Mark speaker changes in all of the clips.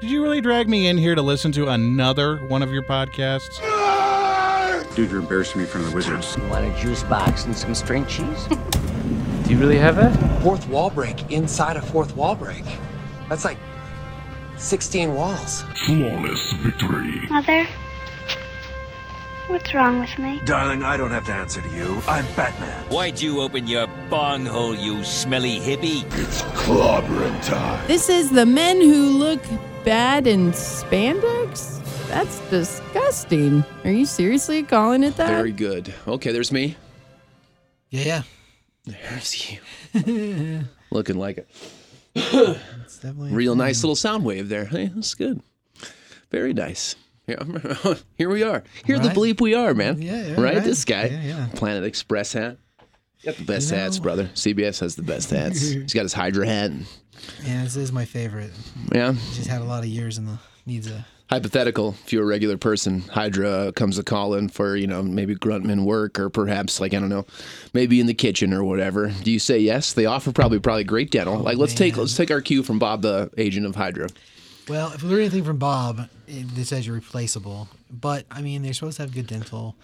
Speaker 1: Did you really drag me in here to listen to another one of your podcasts?
Speaker 2: Dude, you're embarrassing me in front of the wizards.
Speaker 3: Want a juice box and some string cheese?
Speaker 4: Do you really have that?
Speaker 5: Fourth wall break inside a fourth wall break. That's like 16 walls.
Speaker 6: Flawless victory.
Speaker 7: Mother, what's wrong with me?
Speaker 2: Darling, I don't have to answer to you. I'm Batman.
Speaker 8: Why'd you open your bong hole, you smelly hippie?
Speaker 6: It's clobbering time.
Speaker 9: This is the men who look bad in spandex? That's disgusting. Are you seriously calling it that?
Speaker 10: Very good. Okay, there's me.
Speaker 4: Yeah,
Speaker 10: There's you. Looking like a
Speaker 4: it's definitely
Speaker 10: real nice little sound wave there. Hey, that's good. Very nice. Here, here we are. Here the
Speaker 4: Right.
Speaker 10: bleep we are, man.
Speaker 4: Yeah, yeah,
Speaker 10: Right?
Speaker 4: right.
Speaker 10: This guy.
Speaker 4: Yeah, yeah.
Speaker 10: Planet Express hat. Got the best
Speaker 4: You
Speaker 10: hats,
Speaker 4: know-
Speaker 10: brother. CBS has the best hats. He's got his Hydra hat. and-
Speaker 4: Yeah, this is my favorite.
Speaker 10: yeah.
Speaker 4: She's had a lot of years and needs a.
Speaker 10: Hypothetical, if you're a regular person, Hydra comes a call in for, you know, maybe gruntman work or perhaps like, I don't know, maybe in the kitchen or whatever. Do you say yes? They offer probably probably great dental. like let's take
Speaker 4: Oh, man.
Speaker 10: let's take our cue from Bob the agent of Hydra.
Speaker 4: Well, if we learn anything from Bob, it, it says you're replaceable. But I mean, they're supposed to have good dental.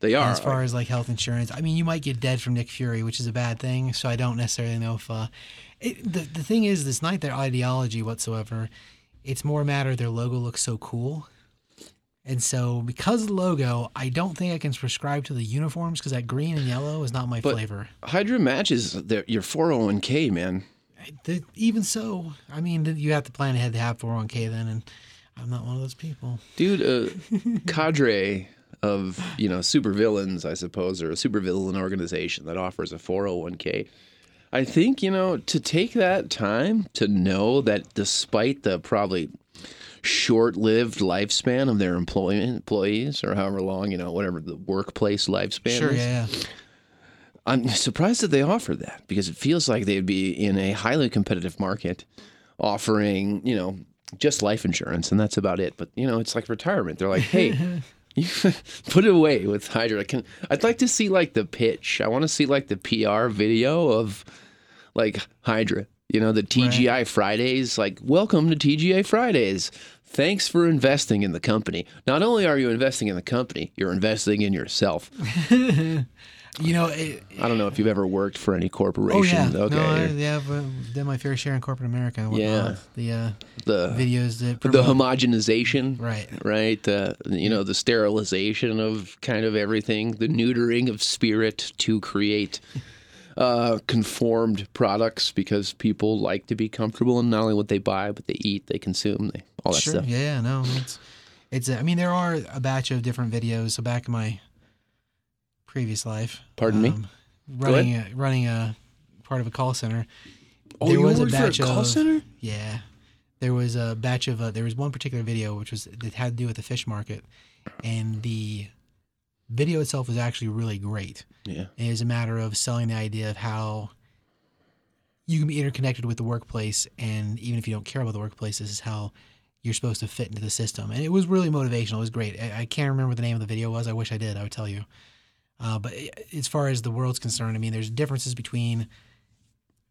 Speaker 10: They are.
Speaker 4: as far as like health insurance. I mean, you might get dead from Nick Fury, which is a bad thing. So I don't necessarily know if uh, it, the the thing is, it's not their ideology whatsoever. It's more a matter their logo looks so cool, and so because of the logo, I don't think I can subscribe to the uniforms because that green and yellow is not my
Speaker 10: But-
Speaker 4: flavor.
Speaker 10: Hydra matches their, your 401k, man.
Speaker 4: The- even so, I mean, th- you have to plan ahead to have 401k then, and I'm not one of those people.
Speaker 10: Dude, a cadre of, you know, supervillains, I suppose, or a supervillain organization that offers a 401k. I think, you know, to take that time to know that despite the probably short-lived lifespan of their employment employees or however long, you know, whatever the workplace lifespan
Speaker 4: Sure,
Speaker 10: is,
Speaker 4: yeah, yeah.
Speaker 10: I'm surprised that they offer that because it feels like they'd be in a highly competitive market offering, you know, just life insurance and that's about it. But, you know, it's like retirement. They're like, hey, you put it away with Hydra. Can, I'd like to see like the pitch. I want to see like the PR video of like Hydra, you know, the TGI Fridays. Like, welcome to TGI Fridays. Thanks for investing in the company. Not only are you investing in the company, you're investing in yourself.
Speaker 4: You know, it,
Speaker 10: I don't know if you've ever worked for any
Speaker 4: oh
Speaker 10: corporation.
Speaker 4: yeah,
Speaker 10: Okay.
Speaker 4: no, I, yeah, but did my fair share in corporate America. And whatnot.
Speaker 10: Yeah.
Speaker 4: the uh,
Speaker 10: the
Speaker 4: videos that
Speaker 10: the
Speaker 4: promote-
Speaker 10: homogenization,
Speaker 4: Right.
Speaker 10: Right. Uh, you know, the sterilization of kind of everything, the neutering of spirit to create uh, conformed products because people like to be comfortable in not only what they buy, but they eat, they consume, they, all that
Speaker 4: sure.
Speaker 10: stuff.
Speaker 4: Yeah, yeah, no, it's it's. I mean, there are a batch of different videos. So back in my previous life, um,
Speaker 10: Pardon me? Go
Speaker 4: running a, running a part of a call center.
Speaker 10: Oh, you worked for a call
Speaker 4: of,
Speaker 10: center?
Speaker 4: Yeah, there was a batch of. Uh, there was one particular video which was that had to do with the fish market, and the video itself was actually really great.
Speaker 10: Yeah.
Speaker 4: It is a matter of selling the idea of how you can be interconnected with the workplace, and even if you don't care about the workplace, this is how you're supposed to fit into the system. And it was really motivational. It was great. I, I can't remember what the name of the video was. I wish I did. I would tell you. Uh, but i as far as the world's concerned, I mean, there's differences between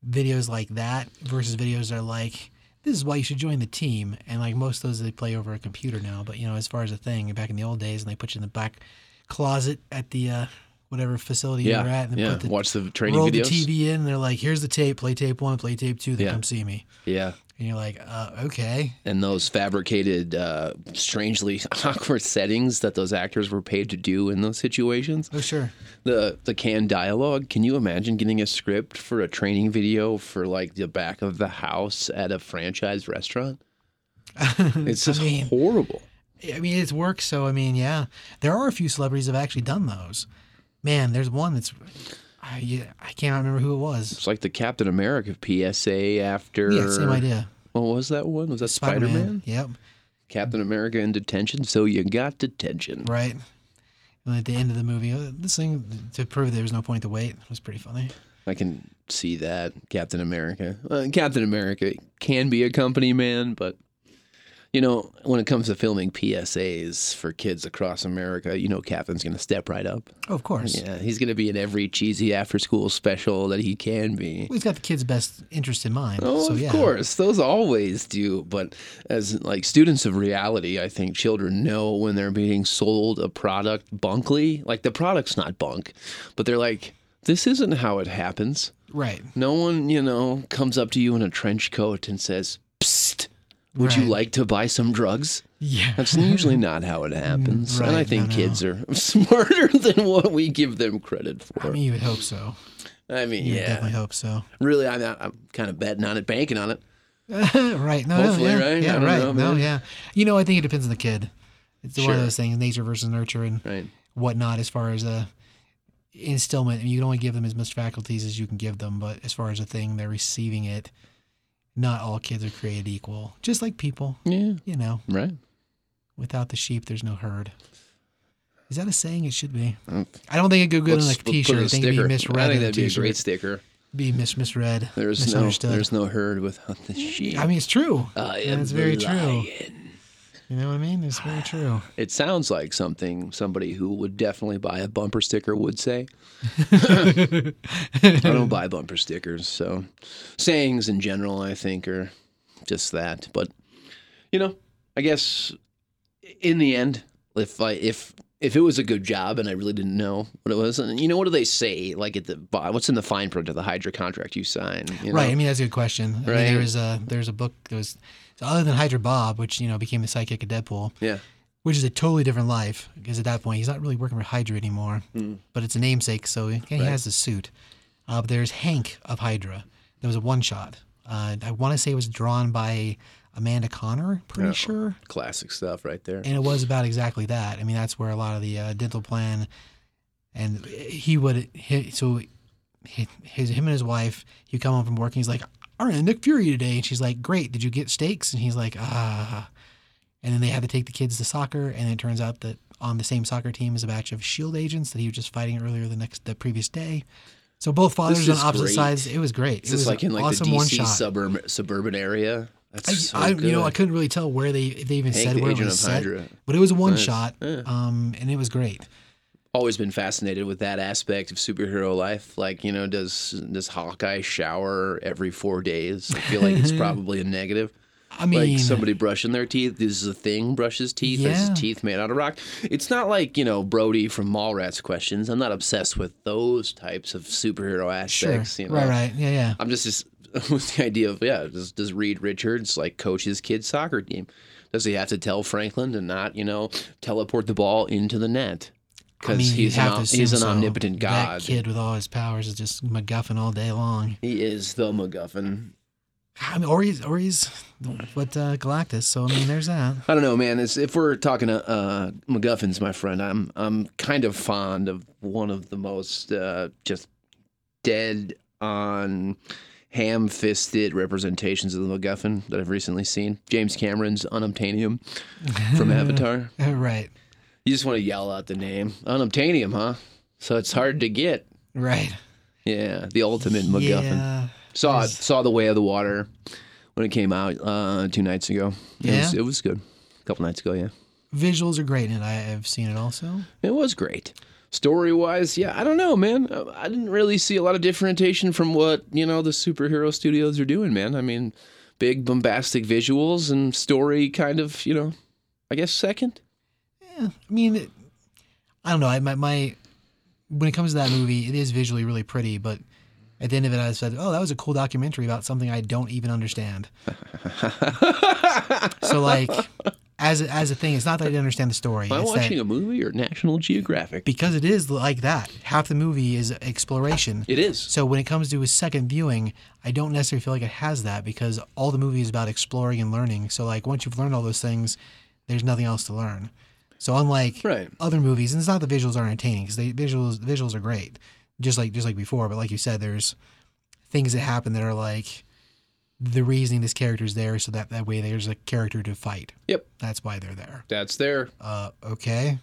Speaker 4: videos like that versus videos that are like, this is why you should join the team. And like most of those, they play over a computer now. But you know, as far as the thing, back in the old days, and they put you in the back closet at the uh, whatever facility
Speaker 10: Yeah.
Speaker 4: you're at, and they
Speaker 10: yeah.
Speaker 4: put the
Speaker 10: Watch the training
Speaker 4: roll
Speaker 10: videos.
Speaker 4: the TV in. And they're like, "Here's the tape. Play tape one. Play tape two. Then
Speaker 10: Yeah.
Speaker 4: come see me."
Speaker 10: Yeah.
Speaker 4: And you're like, uh, "Okay,
Speaker 10: and those fabricated, uh, strangely awkward settings that those actors were paid to do in those situations.
Speaker 4: oh sure,
Speaker 10: the the canned dialogue. Can you imagine getting a script for a training video for like the back of the house at a franchise restaurant? It's just
Speaker 4: mean-
Speaker 10: horrible.
Speaker 4: I mean, it's work, so I mean, yeah, there are a few celebrities that have actually done those. Man, there's one that's I, yeah, I can't remember who it was.
Speaker 10: It's like the Captain America PSA after.
Speaker 4: Yeah, same idea.
Speaker 10: What was that one? Was that Spider Man?
Speaker 4: Yep,
Speaker 10: Captain America in detention, so you got detention.
Speaker 4: right. And at the end of the movie, uh, this thing to prove there was no point to wait was pretty funny.
Speaker 10: I can see that Captain America. Uh, Captain America can be a company man, but You know, when it comes to filming PSAs for kids across America, you know Captain's going to step right up.
Speaker 4: Oh, of course.
Speaker 10: Yeah, he's going to be in every cheesy after-school special that he can be.
Speaker 4: Well, he's got the kid's best interest in mind.
Speaker 10: Oh,
Speaker 4: so,
Speaker 10: of
Speaker 4: yeah.
Speaker 10: course, those always do. But as like students of reality, I think children know when they're being sold a product bunkly. Like the product's not bunk, but they're like, this isn't how it happens.
Speaker 4: Right.
Speaker 10: No one, you know, comes up to you in a trench coat and says, "Psst, would you
Speaker 4: Right.
Speaker 10: like to buy some drugs?"
Speaker 4: Yeah.
Speaker 10: That's usually not how it happens. and I
Speaker 4: right,
Speaker 10: think
Speaker 4: no, no.
Speaker 10: kids are smarter than what we give them credit for.
Speaker 4: I mean, you would hope so. You would
Speaker 10: yeah.
Speaker 4: definitely hope so.
Speaker 10: Really, I'm, not, I'm kind of betting on it, banking on it.
Speaker 4: right. No,
Speaker 10: Hopefully,
Speaker 4: no, yeah,
Speaker 10: right? I
Speaker 4: Yeah,
Speaker 10: don't
Speaker 4: right.
Speaker 10: know,
Speaker 4: no,
Speaker 10: man.
Speaker 4: yeah. You know, I think it depends on the kid. It's one of
Speaker 10: Sure.
Speaker 4: those things, nature versus nurture and
Speaker 10: Right.
Speaker 4: whatnot as far as uh instillment. you can only give them as much faculties as you can give them, but as far as a thing, they're receiving it. Not all kids are created equal. Just like people,
Speaker 10: Yeah.
Speaker 4: you know,
Speaker 10: Right.
Speaker 4: without the sheep, there's no herd. Is that a saying? It should be. I don't think it could go on
Speaker 10: Let's
Speaker 4: like a
Speaker 10: put it
Speaker 4: t-shirt.
Speaker 10: on
Speaker 4: I
Speaker 10: a
Speaker 4: think it'd be
Speaker 10: sticker.
Speaker 4: misread.
Speaker 10: I
Speaker 4: on
Speaker 10: think
Speaker 4: a
Speaker 10: that'd be a
Speaker 4: t-shirt.
Speaker 10: great sticker.
Speaker 4: Be mis- misread.
Speaker 10: There's no,
Speaker 4: misunderstood.
Speaker 10: there's Ah, no herd without the sheep.
Speaker 4: I mean, it's true.
Speaker 10: I
Speaker 4: Yeah,
Speaker 10: am
Speaker 4: it's very
Speaker 10: the
Speaker 4: true.
Speaker 10: lion.
Speaker 4: You know what I mean? It's very true.
Speaker 10: It sounds like something somebody who would definitely buy a bumper sticker would say. I don't buy bumper stickers, so sayings in general, I think, are just that. But you know, I guess in the end, if I if if it was a good job and I really didn't know what it was, and you know, what do they say? Like at the bo- what's in the fine print of the Hydra contract you sign? You know?
Speaker 4: Right. I mean, that's a good question. I mean,
Speaker 10: Right.
Speaker 4: there was a there's a book that was so other than Hydra Bob, which you know became the sidekick of Deadpool,
Speaker 10: Yeah.
Speaker 4: which is a totally different life because at that point he's not really working for Hydra anymore,
Speaker 10: Hmm.
Speaker 4: but it's a namesake, so he, he has the suit. Uh, but there's Hank of Hydra. There was a one shot. Uh, I want to say it was drawn by Amanda Connor, pretty sure.
Speaker 10: Classic stuff right there.
Speaker 4: and it was about exactly that. I mean, that's where a lot of the uh, dental plan, and he would he, so hi- his him and his wife. He would come home from work, and he's like, "All right, Nick Fury today," and she's like, "Great, did you get steaks?" And he's like, "Ah." And then they had to take the kids to soccer, and it turns out that on the same soccer team is a batch of Shield E agents that he was just fighting earlier the next the previous day. So both fathers on
Speaker 10: is
Speaker 4: opposite
Speaker 10: great.
Speaker 4: sides. It was great.
Speaker 10: Is
Speaker 4: it
Speaker 10: this
Speaker 4: was
Speaker 10: like
Speaker 4: an
Speaker 10: in like
Speaker 4: awesome
Speaker 10: the
Speaker 4: one
Speaker 10: DC
Speaker 4: shot.
Speaker 10: suburban suburban area? That's
Speaker 4: I,
Speaker 10: so
Speaker 4: I you know I
Speaker 10: good.
Speaker 4: couldn't really tell where they if they even
Speaker 10: Hank,
Speaker 4: said
Speaker 10: the
Speaker 4: where it
Speaker 10: agent
Speaker 4: was
Speaker 10: of
Speaker 4: set,
Speaker 10: Hydra.
Speaker 4: but it was one
Speaker 10: Nice.
Speaker 4: shot, um, and it was great.
Speaker 10: always been fascinated with that aspect of superhero life. Like, you know, does does Hawkeye shower every four days? I feel like it's probably a negative.
Speaker 4: I mean,
Speaker 10: like somebody brushing their teeth. This is a thing. Brushes teeth. Has
Speaker 4: Yeah.
Speaker 10: his teeth made out of rock. It's not like you know Brody from Mallrats questions. I'm not obsessed with those types of superhero
Speaker 4: sure,
Speaker 10: aspects. You know,
Speaker 4: right, right, yeah, yeah.
Speaker 10: I'm just, just with the idea of yeah, does, does Reed Richards like coach his kid's soccer team? Does he have to tell Franklin to not you know teleport the ball into the net
Speaker 4: I mean,
Speaker 10: because
Speaker 4: you'd
Speaker 10: he's
Speaker 4: have
Speaker 10: an,
Speaker 4: to
Speaker 10: om- he's
Speaker 4: assume
Speaker 10: an
Speaker 4: so.
Speaker 10: omnipotent god?
Speaker 4: That kid with all his powers is just MacGuffin all day long.
Speaker 10: He is the MacGuffin.
Speaker 4: I mean, or he's or he's what uh, Galactus. So I mean, there's that.
Speaker 10: I don't know, man. It's, if we're talking uh, uh, MacGuffins, my friend, I'm I'm kind of fond of one of the most uh, just dead on ham-fisted representations of the MacGuffin that I've recently seen. James Cameron's Unobtainium from Avatar.
Speaker 4: right,
Speaker 10: You just want to yell out the name Unobtainium, huh? So it's hard to get.
Speaker 4: right.
Speaker 10: Yeah, the ultimate MacGuffin.
Speaker 4: Yeah,
Speaker 10: Saw it, saw the Way of the Water when it came out uh, two nights ago. it was,
Speaker 4: Yeah?
Speaker 10: it was good. A couple nights ago, yeah.
Speaker 4: visuals are great, and I have seen it also.
Speaker 10: It was great. Story wise, yeah, I don't know, man. Uh, I didn't really see a lot of differentiation from what, you know, the superhero studios are doing, man. I mean, big bombastic visuals and story kind of, you know, I guess second.
Speaker 4: I mean, it- I don't know. I my, my when it comes to that movie, it is visually really pretty, but at the end of it, I said, "Oh, that was a cool documentary about something I don't even understand." so, like, as a, as a thing, it's not that I didn't understand the story.
Speaker 10: Am I
Speaker 4: it's that-
Speaker 10: watching a movie or National Geographic?
Speaker 4: because it is like that. Half the movie is exploration.
Speaker 10: It is.
Speaker 4: So when it comes to a second viewing, I don't necessarily feel like it has that because all the movie is about exploring and learning. So like once you've learned all those things, there's nothing else to learn. So unlike
Speaker 10: Right.
Speaker 4: other movies, and it's not the visuals aren't entertaining because the visuals visuals are great, just like just like before. But like you said, there's things that happen that are like the reasoning this character's there, so that that way there's a character to fight.
Speaker 10: Yep.
Speaker 4: That's why they're there.
Speaker 10: That's there
Speaker 4: Uh, okay.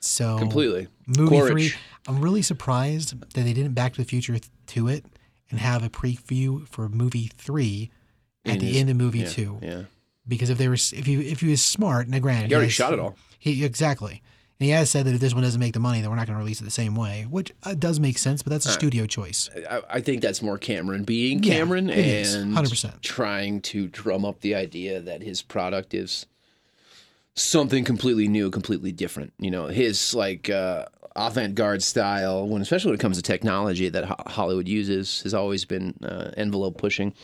Speaker 4: So
Speaker 10: completely.
Speaker 4: Movie
Speaker 10: Quaritch.
Speaker 4: three. I'm really surprised that they didn't Back to the Future th- to it and have a preview for movie three at
Speaker 10: And
Speaker 4: the
Speaker 10: it's-
Speaker 4: end of movie
Speaker 10: yeah,
Speaker 4: two.
Speaker 10: Yeah.
Speaker 4: because if they were s- if you if he was smart, now granted,
Speaker 10: He already
Speaker 4: has-
Speaker 10: shot it all.
Speaker 4: He exactly. And he has said that if this one doesn't make the money, then we're not going to release it the same way, which uh, does make sense. But that's a studio choice.
Speaker 10: I, I think that's more Cameron being
Speaker 4: Yeah,
Speaker 10: Cameron
Speaker 4: it is,
Speaker 10: and
Speaker 4: 100%.
Speaker 10: trying to drum up the idea that his product is something completely new, completely different. You know, his like uh, avant-garde style, when especially when it comes to technology that Ho- Hollywood uses, has always been uh, envelope pushing.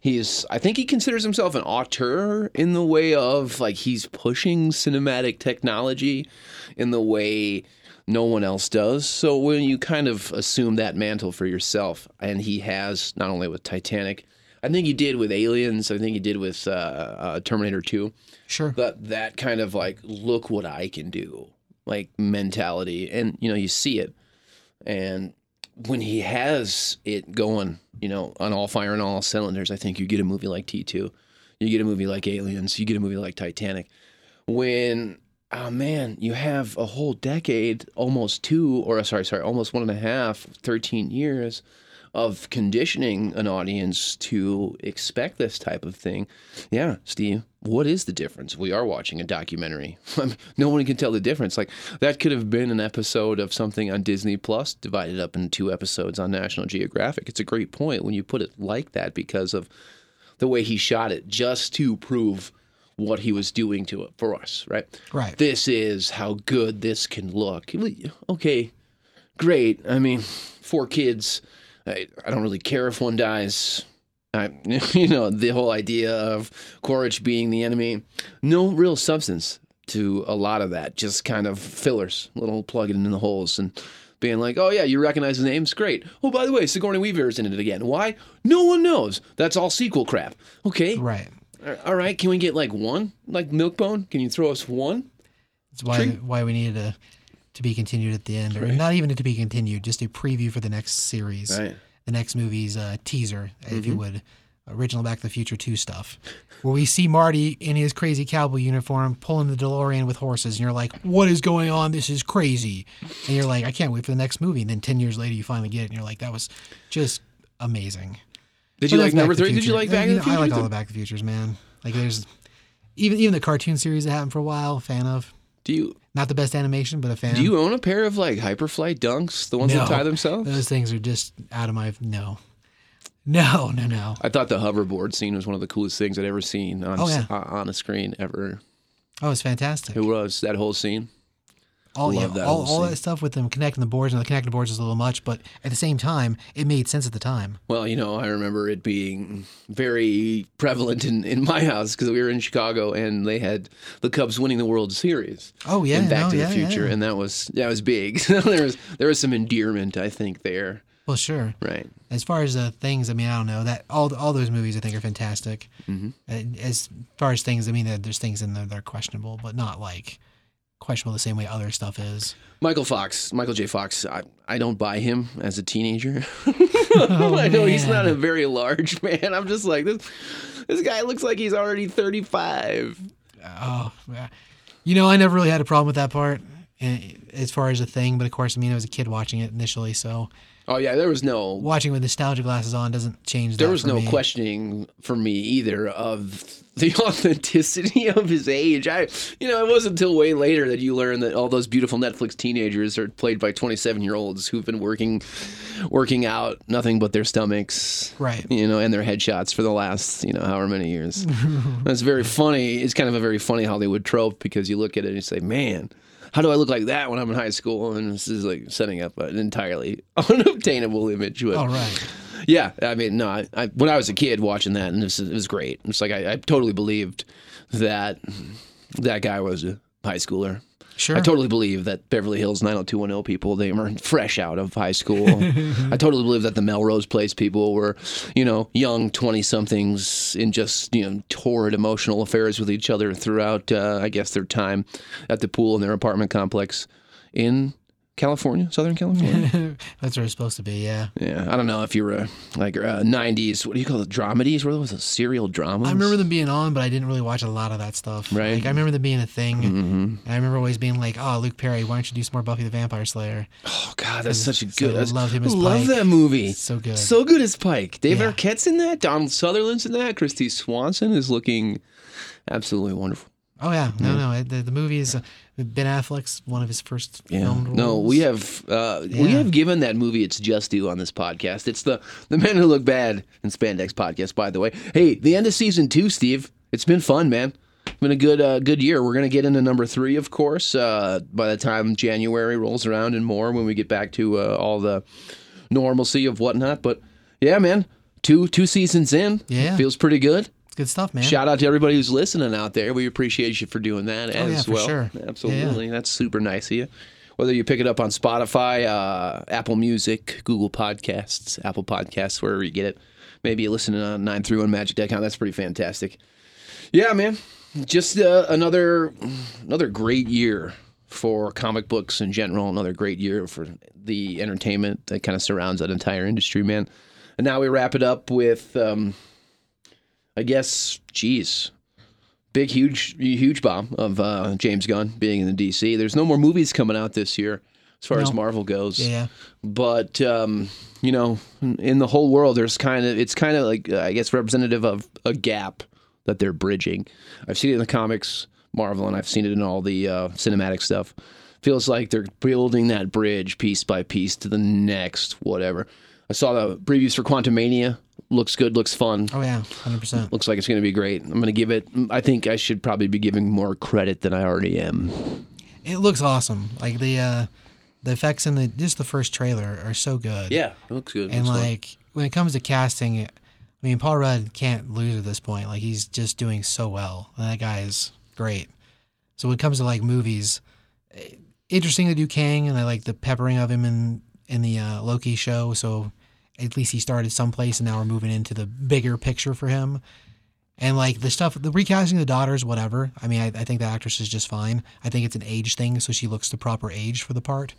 Speaker 10: He is, I think, he considers himself an auteur in the way of like he's pushing cinematic technology in the way no one else does. So when you kind of assume that mantle for yourself, and he has not only with Titanic. I think he did with Aliens. I think he did with uh, uh, Terminator 2
Speaker 4: Sure.
Speaker 10: that that kind of like look what I can do like mentality and you know you see it and when he has it going you know on all fire and all cylinders I think you get a movie like T2 you get a movie like Aliens you get a movie like Titanic when oh man you have a whole decade almost two or sorry sorry almost one and a half 13 years of conditioning an audience to expect this type of thing. Yeah, Steve, what is the difference? We are watching a documentary. I mean, no one can tell the difference. Like that could have been an episode of something on Disney Plus divided up into two episodes on National Geographic. It's a great point when you put it like that because of the way he shot it just to prove what he was doing to it for us, right?
Speaker 4: Right.
Speaker 10: This is how good this can look. Okay, great. I mean, four kids. I, I don't really care if one dies. I, you know, the whole idea of Quaritch being the enemy. No real substance to a lot of that. Just kind of fillers, little plugging in the holes and being like, oh, yeah, you recognize the names? Great. Oh, by the way, Sigourney Weaver is in it again. Why? No one knows. That's all sequel crap. Okay.
Speaker 4: Right.
Speaker 10: All right. Can we get like one? Like Milkbone? Can you throw us one?
Speaker 4: That's why why we needed a to be continued at the end, or not even to be continued, just a preview for the next series,
Speaker 10: Right.
Speaker 4: the next movie's uh, teaser, if
Speaker 10: Mm-hmm.
Speaker 4: you would, original Back to the Future Two stuff, where we see Marty in his crazy cowboy uniform pulling the DeLorean with horses, and you're like, "What is going on? This is crazy," and you're like, "I can't wait for the next movie." And then ten years later, you finally get it, and you're like, "That was just amazing."
Speaker 10: Did you
Speaker 4: But
Speaker 10: like
Speaker 4: that's Back
Speaker 10: number
Speaker 4: to the
Speaker 10: three? Did you
Speaker 4: Future.
Speaker 10: like Back to
Speaker 4: You
Speaker 10: the
Speaker 4: know,
Speaker 10: Future?
Speaker 4: I like all the Back to the Futures, man. Like there's even even the cartoon series that happened for a while, fan of.
Speaker 10: Do you
Speaker 4: Not the best animation, but a fan.
Speaker 10: do you own a pair of like Hyperfly Dunks, the ones
Speaker 4: No.
Speaker 10: that tie themselves?
Speaker 4: Those things are just out of my no, no, no, no.
Speaker 10: I thought the hoverboard scene was one of the coolest things I'd ever seen on
Speaker 4: Oh, yeah.
Speaker 10: uh, on a screen ever.
Speaker 4: Oh, it's fantastic.
Speaker 10: It was that whole scene.
Speaker 4: all yeah,
Speaker 10: love that
Speaker 4: all,
Speaker 10: whole
Speaker 4: all
Speaker 10: scene.
Speaker 4: that stuff with them connecting the boards. and the connecting boards is a little much, but at the same time, it made sense at the time.
Speaker 10: Well, you know, I remember it being very prevalent in, in my house because we were in Chicago and they had the Cubs winning the World Series.
Speaker 4: Oh, yeah,
Speaker 10: in Back
Speaker 4: no,
Speaker 10: to the
Speaker 4: yeah,
Speaker 10: Future,
Speaker 4: yeah.
Speaker 10: and that was that was big. there was there was some endearment, I think, there.
Speaker 4: Well, sure.
Speaker 10: Right.
Speaker 4: As far as uh, things, I mean, I don't know that all all those movies I think are fantastic.
Speaker 10: Mm-hmm.
Speaker 4: And As far as things, I mean, there- there's things in there that are questionable, but not like questionable the same way other stuff is.
Speaker 10: Michael Fox, Michael J. Fox, I, I don't buy him as a teenager. I know he's
Speaker 4: man.
Speaker 10: not a very large man. I'm just like this. This guy looks like he's already 35.
Speaker 4: Oh, yeah. you know, I never really had a problem with that part eh, as far as a thing, but of course, I mean, I was a kid watching it initially, so
Speaker 10: Oh yeah, there was no
Speaker 4: watching with nostalgia glasses on doesn't change.
Speaker 10: there
Speaker 4: that
Speaker 10: was
Speaker 4: for
Speaker 10: no
Speaker 4: me.
Speaker 10: questioning for me either of the authenticity of his age. I, you know, it wasn't until way later that you learn that all those beautiful Netflix teenagers are played by 27 year olds who've been working, working out nothing but their stomachs,
Speaker 4: Right.
Speaker 10: You know, and their headshots for the last, you know, however many years. That's very funny. It's kind of a very funny Hollywood trope because you look at it and you say, man. How do I look like that when I'm in high school? And this is like setting up an entirely unobtainable image. with-
Speaker 4: All right.
Speaker 10: yeah, I mean, no, I, I, when I was a kid watching that, and this is, it was great. It's like I, I totally believed that that guy was a high schooler.
Speaker 4: Sure.
Speaker 10: I totally believe that Beverly Hills 90210 people they were fresh out of high school. I totally believe that the Melrose Place people were, you know, young 20 somethings in just, you know, torrid emotional affairs with each other throughout uh, I guess their time at the pool in their apartment complex in California, Southern California.
Speaker 4: That's where it's supposed to be. Yeah.
Speaker 10: yeah, I don't know if you were uh, like uh, '90s. What do you call it? Dramedies? What was those serial dramas?
Speaker 4: I remember them being on, but I didn't really watch a lot of that stuff.
Speaker 10: Right. Mm-hmm.
Speaker 4: Like I remember them being a thing. And I remember always being like, "Oh, Luke Perry, why don't you do some more Buffy the Vampire Slayer?"
Speaker 10: Oh God, that's such a
Speaker 4: So
Speaker 10: good. I
Speaker 4: love him as
Speaker 10: love
Speaker 4: Pike.
Speaker 10: that movie.
Speaker 4: So good.
Speaker 10: So good as Pike. Dave
Speaker 4: Yeah.
Speaker 10: Arquette's in that. Donald Sutherland's in that. Christy Swanson is looking absolutely wonderful.
Speaker 4: Oh yeah, no, no. it- The, the movie is uh, Ben Affleck's one of his first
Speaker 10: Yeah.
Speaker 4: filmed roles.
Speaker 10: No, we have uh,
Speaker 4: Yeah.
Speaker 10: we have given that movie its just due on this podcast. It's the the men who look bad in spandex podcast. By the way, hey, the end of season two, Steve. It's been fun, man. It's been a good uh, good year. We're gonna get into number three, of course. Uh, by the time January rolls around and more, when we get back to uh, all the normalcy of whatnot. But yeah, man, two two seasons in,
Speaker 4: Yeah.
Speaker 10: feels pretty good.
Speaker 4: It's good stuff, man.
Speaker 10: Shout out to everybody who's listening out there. We appreciate you for doing that
Speaker 4: Oh, yeah,
Speaker 10: as
Speaker 4: for
Speaker 10: well.
Speaker 4: sure.
Speaker 10: Absolutely. That's super nice of you. Whether you pick it up on Spotify, uh, Apple Music, Google Podcasts, Apple Podcasts, wherever you get it. Maybe you're listening on 931magic.com. That's pretty fantastic. Yeah, man. Just uh, another another great year for comic books in general. Another great year for the entertainment that kind of surrounds that entire industry, man. And now we wrap it up with um, I guess, geez, big, huge, huge bomb of uh, James Gunn being in the DC. There's no more movies coming out this year as far as
Speaker 4: No.
Speaker 10: Marvel goes.
Speaker 4: Yeah.
Speaker 10: But, um, you know, in the whole world, there's kind of, it's kind of like, uh, I guess, representative of a gap that they're bridging. I've seen it in the comics, Marvel, and I've seen it in all the uh, cinematic stuff. Feels like they're building that bridge piece by piece to the next whatever. I saw the previews for Quantumania. Looks good, looks fun
Speaker 4: Oh yeah, hundred percent.
Speaker 10: looks like it's going to be great. I'm going to give it. I think I should probably be giving more credit than I already am.
Speaker 4: It looks awesome. Like the uh, the effects in the just the first trailer are so good.
Speaker 10: Yeah, it looks good.
Speaker 4: And like when it comes to casting, I mean Paul Rudd can't lose at this point. Like he's just doing so well. And that guy is great. So when it comes to like movies, eh, interesting to do Kang, and I like the peppering of him in in the uh, Loki show. So at least he started someplace, and now we're moving into the bigger picture for him. And like the stuff, the recasting of the daughters, whatever. I mean, I, I think the actress is just fine. I think it's an age thing, so she looks the proper age for the part.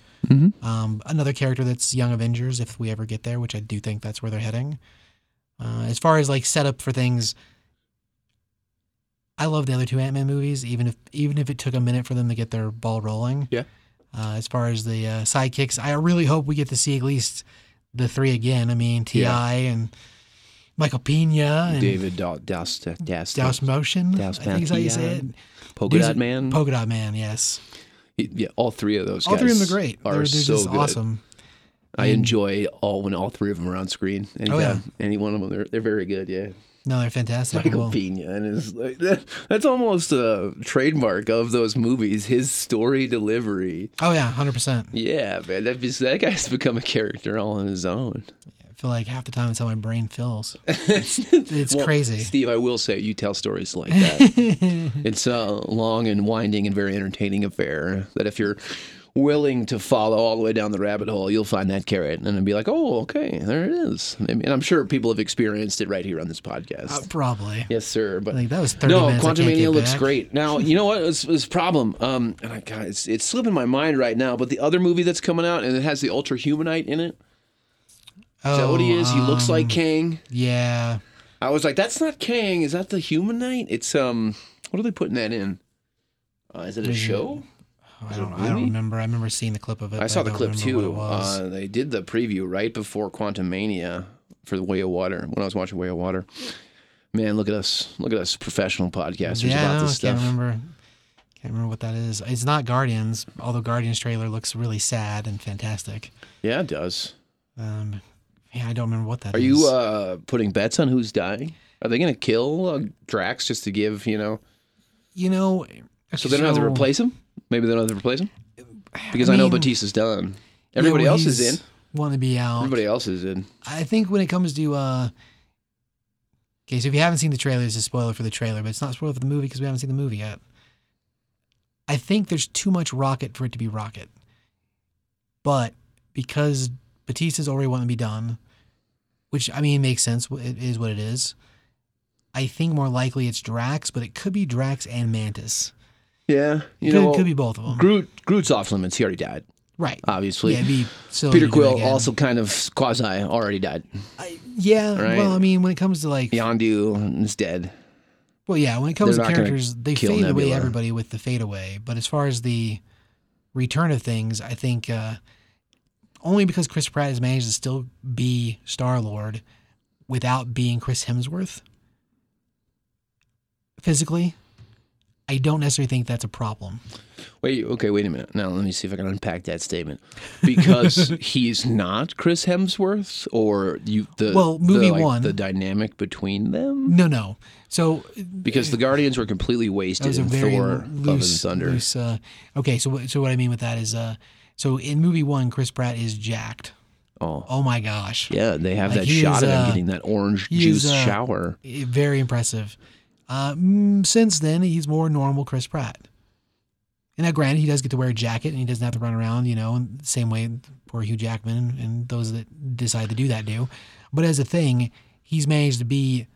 Speaker 4: Um, another character that's Young Avengers, if we ever get there, which I do think that's where they're heading. Uh, as far as like setup for things, I love the other two Ant Man movies, even if even if it took a minute for them to get their ball rolling.
Speaker 10: Yeah.
Speaker 4: Uh, as far as the uh, sidekicks, I really hope we get to see at least the three again. I mean, Ti
Speaker 10: Yeah.
Speaker 4: and Michael Pena and
Speaker 10: David da- Doust, Doust,
Speaker 4: Douse Motion.
Speaker 10: Douse
Speaker 4: I think is how you say it.
Speaker 10: Pantheon, Polka
Speaker 4: Dudes-
Speaker 10: Dot Man.
Speaker 4: Polka Dot Man. Yes.
Speaker 10: yeah, all three of those.
Speaker 4: All three of them
Speaker 10: guys
Speaker 4: are great.
Speaker 10: Are
Speaker 4: they're they're
Speaker 10: so
Speaker 4: just
Speaker 10: good.
Speaker 4: awesome.
Speaker 10: I enjoy all when all three of them are on screen. Any,
Speaker 4: Oh, yeah.
Speaker 10: any one of them, they're, they're very good. Yeah,
Speaker 4: No, they're fantastic.
Speaker 10: Michael
Speaker 4: Well,
Speaker 10: Pena, and is like that, that's almost a trademark of those movies. His story delivery.
Speaker 4: oh yeah, hundred percent.
Speaker 10: Yeah, man, that that guy's become a character all on his own.
Speaker 4: I feel like half the time it's how my brain feels. it's
Speaker 10: Well,
Speaker 4: crazy.
Speaker 10: Steve, I will say you tell stories like that. it's a long and winding and very entertaining affair that if you're willing to follow all the way down the rabbit hole, you'll find that carrot and then be like, oh, okay, there it is. I mean, I'm sure people have experienced it right here on this podcast.
Speaker 4: Uh, probably.
Speaker 10: yes, sir. But
Speaker 4: Like that was thirty
Speaker 10: no,
Speaker 4: minutes. I can't get
Speaker 10: Quantumania looks
Speaker 4: back.
Speaker 10: great. Now, you know what? It's, it's a problem. Um, and I, God, it's, it's slipping my mind right now, but the other movie that's coming out and it has the Ultra Humanite in it.
Speaker 4: Oh,
Speaker 10: Is that what he is? He looks like
Speaker 4: um,
Speaker 10: Kang.
Speaker 4: Yeah,
Speaker 10: I was like, that's not Kang. Is that the Human Knight? It's um, what are they putting that in? Uh, is it a
Speaker 4: Is it-
Speaker 10: show?
Speaker 4: I
Speaker 10: it
Speaker 4: don't. I
Speaker 10: really?
Speaker 4: don't remember. I remember seeing the clip of it.
Speaker 10: I
Speaker 4: but
Speaker 10: saw the
Speaker 4: don't
Speaker 10: clip
Speaker 4: remember what
Speaker 10: too.
Speaker 4: It was.
Speaker 10: Uh, they did the preview right before Quantum Mania for the Way of Water. When I was watching Way of Water, man, look at us, look at us, professional podcasters
Speaker 4: yeah,
Speaker 10: about
Speaker 4: no,
Speaker 10: this
Speaker 4: I
Speaker 10: stuff.
Speaker 4: can't remember. Can't remember what that is. It's not Guardians, although Guardians trailer looks really sad and fantastic.
Speaker 10: Yeah, it does.
Speaker 4: Um, yeah, I don't remember what that
Speaker 10: Are
Speaker 4: is.
Speaker 10: you uh, putting bets on who's dying? Are they going to kill uh, Drax just to give you know?
Speaker 4: you know,
Speaker 10: So they don't have to
Speaker 4: so-
Speaker 10: replace him. Maybe they don't have to replace him because I, know
Speaker 4: mean-
Speaker 10: Batista's done. Everybody else is in.
Speaker 4: Want to be out?
Speaker 10: Everybody else is in.
Speaker 4: I think when it comes to uh Okay, so if you haven't seen the trailer, it's a spoiler for the trailer, but it's not a spoiler for the movie because we haven't seen the movie yet. I think there's too much rocket for it to be rocket. But because Batista's already wanting to be done, which I mean makes sense, it is what it is. I think more likely it's Drax, but it could be Drax and Mantis.
Speaker 10: Yeah, you
Speaker 4: could,
Speaker 10: know,
Speaker 4: could be both of them.
Speaker 10: Groot. Groot's off limits. He already died.
Speaker 4: Right.
Speaker 10: obviously.
Speaker 4: yeah, it'd be silly
Speaker 10: Peter
Speaker 4: to do it
Speaker 10: Quill
Speaker 4: again.
Speaker 10: also kind of quasi already died.
Speaker 4: Yeah.
Speaker 10: Right.
Speaker 4: Well, I mean, when it comes to like,
Speaker 10: Yondu is dead.
Speaker 4: well, yeah, when it comes
Speaker 10: They're
Speaker 4: to
Speaker 10: not gonna
Speaker 4: characters, they
Speaker 10: kill
Speaker 4: fade away
Speaker 10: Nebula.
Speaker 4: everybody with the fade away. But as far as the return of things, I think uh, only because Chris Pratt has managed to still be Star Lord without being Chris Hemsworth physically, I don't necessarily think that's a problem.
Speaker 10: Wait, okay, wait a minute. Now let me see if I can unpack that statement. Because he's not Chris Hemsworth, or you the
Speaker 4: Well, movie
Speaker 10: the, like,
Speaker 4: one-
Speaker 10: the dynamic between them.
Speaker 4: No, no. So uh,
Speaker 10: Because the Guardians were completely
Speaker 4: That
Speaker 10: wasted
Speaker 4: was a
Speaker 10: in
Speaker 4: very
Speaker 10: Thor:
Speaker 4: loo-
Speaker 10: Love and
Speaker 4: loose,
Speaker 10: Thunder.
Speaker 4: loose. Uh, okay, so what- so what I mean with that is, uh, so in movie one, Chris Pratt is jacked.
Speaker 10: Oh.
Speaker 4: Oh my gosh,
Speaker 10: Yeah, they have
Speaker 4: Like,
Speaker 10: that
Speaker 4: he
Speaker 10: shot
Speaker 4: is,
Speaker 10: of him
Speaker 4: uh,
Speaker 10: getting that orange
Speaker 4: he is,
Speaker 10: juice
Speaker 4: uh,
Speaker 10: shower.
Speaker 4: I- very impressive. Uh, mm, since then, he's more normal Chris Pratt. And now, granted, he does get to wear a jacket and he doesn't have to run around, you know, in the same way poor Hugh Jackman and, and those that decide to do that do. But as a thing, he's managed to be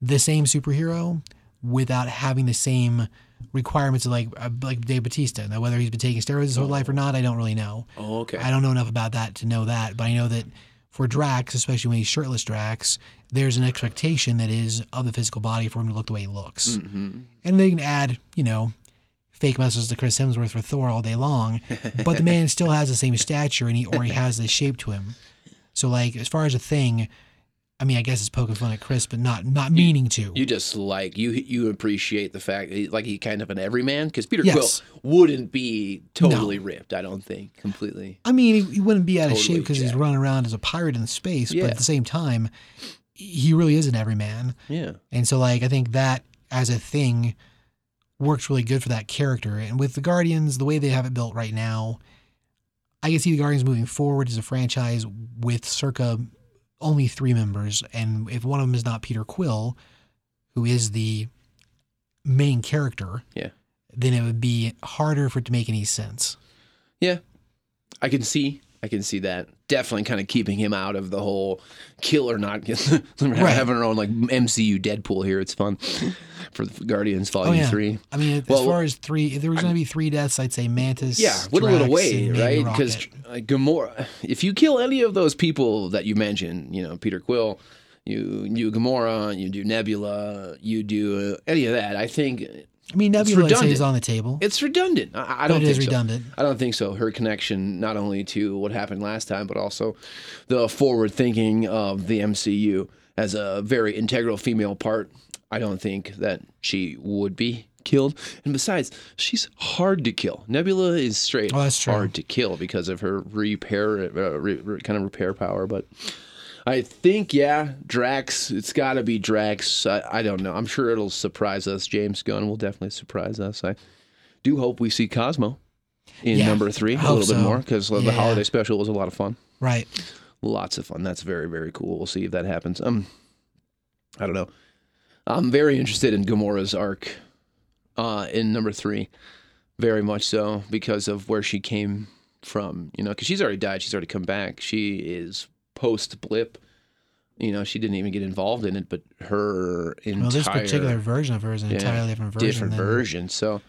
Speaker 4: the same superhero without having the same requirements of like uh, like Dave Batista. Now, whether he's been taking steroids his whole life or not, I don't really know.
Speaker 10: Oh, okay.
Speaker 4: I don't know enough about that to know that, but I know that for Drax, especially when he's shirtless Drax, there's an expectation that is of the physical body for him to look the way he looks.
Speaker 10: Mm-hmm.
Speaker 4: And they can add, you know, fake muscles to Chris Hemsworth for Thor all day long, but the man still has the same stature and he or he has this shape to him. So like as far as a thing, I mean I guess it's poking fun at Chris, but not not meaning to.
Speaker 10: You just like you you appreciate the fact that he, like he kind of an everyman because Peter
Speaker 4: Yes.
Speaker 10: Quill wouldn't be totally ripped. I don't think completely.
Speaker 4: I mean, he, he wouldn't be out of
Speaker 10: Totally
Speaker 4: shape because he's
Speaker 10: jacked.
Speaker 4: running around as a pirate in space, but
Speaker 10: Yeah.
Speaker 4: at the same time, he really is an everyman.
Speaker 10: Yeah.
Speaker 4: And so like I think that as a thing works really good for that character. And with the Guardians, the way they have it built right now, I can see the Guardians moving forward as a franchise with circa only three members. And if one of them is not Peter Quill, who is the main character,
Speaker 10: Yeah.
Speaker 4: then it would be harder for it to make any sense.
Speaker 10: Yeah. I can see. I can see that. Definitely kind of keeping him out of the whole kill or not. kill. We're
Speaker 4: Right.
Speaker 10: having our own like MCU Deadpool here. It's fun for the Guardians Volume 3.
Speaker 4: Oh, I mean, as
Speaker 10: Oh, Well,
Speaker 4: far as three, if there was going to be three deaths, I'd say Mantis.
Speaker 10: Yeah, whittle it
Speaker 4: Drax,
Speaker 10: away,
Speaker 4: and
Speaker 10: right?
Speaker 4: maybe
Speaker 10: Because
Speaker 4: Rocket.
Speaker 10: Gamora, if you kill any of those people that you mentioned, you know, Peter Quill, you you Gamora, you do Nebula, you do uh, any of that, I think
Speaker 4: I mean, Nebula I'd say, is
Speaker 10: redundant.
Speaker 4: on the table.
Speaker 10: it's redundant. I, I
Speaker 4: But
Speaker 10: don't
Speaker 4: it
Speaker 10: think
Speaker 4: is
Speaker 10: so.
Speaker 4: redundant.
Speaker 10: I don't think so. Her connection not only to what happened last time, but also the forward thinking of the MCU as a very integral female part. I don't think that she would be killed. And besides, she's hard to kill. Nebula is straight
Speaker 4: Oh, that's true.
Speaker 10: hard to kill because of her repair, uh, re, re- kind of repair power. But I think, yeah, Drax. It's got to be Drax. I, I don't know. I'm sure it'll surprise us. James Gunn will definitely surprise us. I do hope we see Cosmo in
Speaker 4: Yeah,
Speaker 10: number three a
Speaker 4: I hope
Speaker 10: little
Speaker 4: so.
Speaker 10: bit more because the
Speaker 4: Yeah.
Speaker 10: holiday special was a lot of fun.
Speaker 4: Right.
Speaker 10: Lots of fun. That's very very cool. We'll see if that happens. Um, I don't know. I'm very interested in Gamora's arc uh, in number three, very much so because of where she came from. You know, because she's already died. She's already come back. She is post blip. You know, she didn't even get involved in it, but her entire
Speaker 4: Well, this particular version of her is an
Speaker 10: yeah,
Speaker 4: entirely different version.
Speaker 10: different
Speaker 4: than
Speaker 10: version. So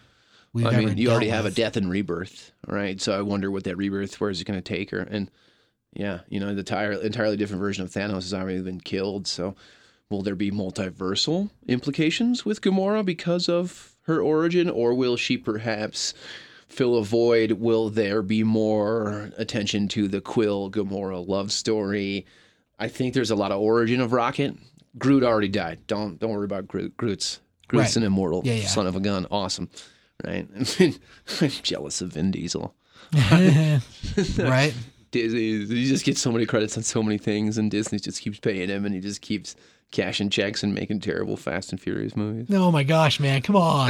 Speaker 4: We've
Speaker 10: I mean,
Speaker 4: ever
Speaker 10: you
Speaker 4: dealt
Speaker 10: already have a
Speaker 4: with.
Speaker 10: death and rebirth, right? So I wonder what that rebirth, where is it going to take her? And yeah, you know, the tire, entirely different version of Thanos has already been killed. So will there be multiversal implications with Gamora because of her origin, or will she perhaps fill a void? Will there be more attention to the Quill Gamora love story? I think there's a lot of origin of Rocket. Groot already died. Don't don't worry about Groot. Groot's Groot's
Speaker 4: Right.
Speaker 10: an immortal
Speaker 4: Yeah, yeah.
Speaker 10: son of a gun. Awesome, right? I mean, I'm jealous of Vin Diesel.
Speaker 4: right?
Speaker 10: Disney, he just gets so many credits on so many things, and Disney just keeps paying him, and he just keeps cashing checks and making terrible Fast and Furious movies.
Speaker 4: No, Oh my gosh, man, come on.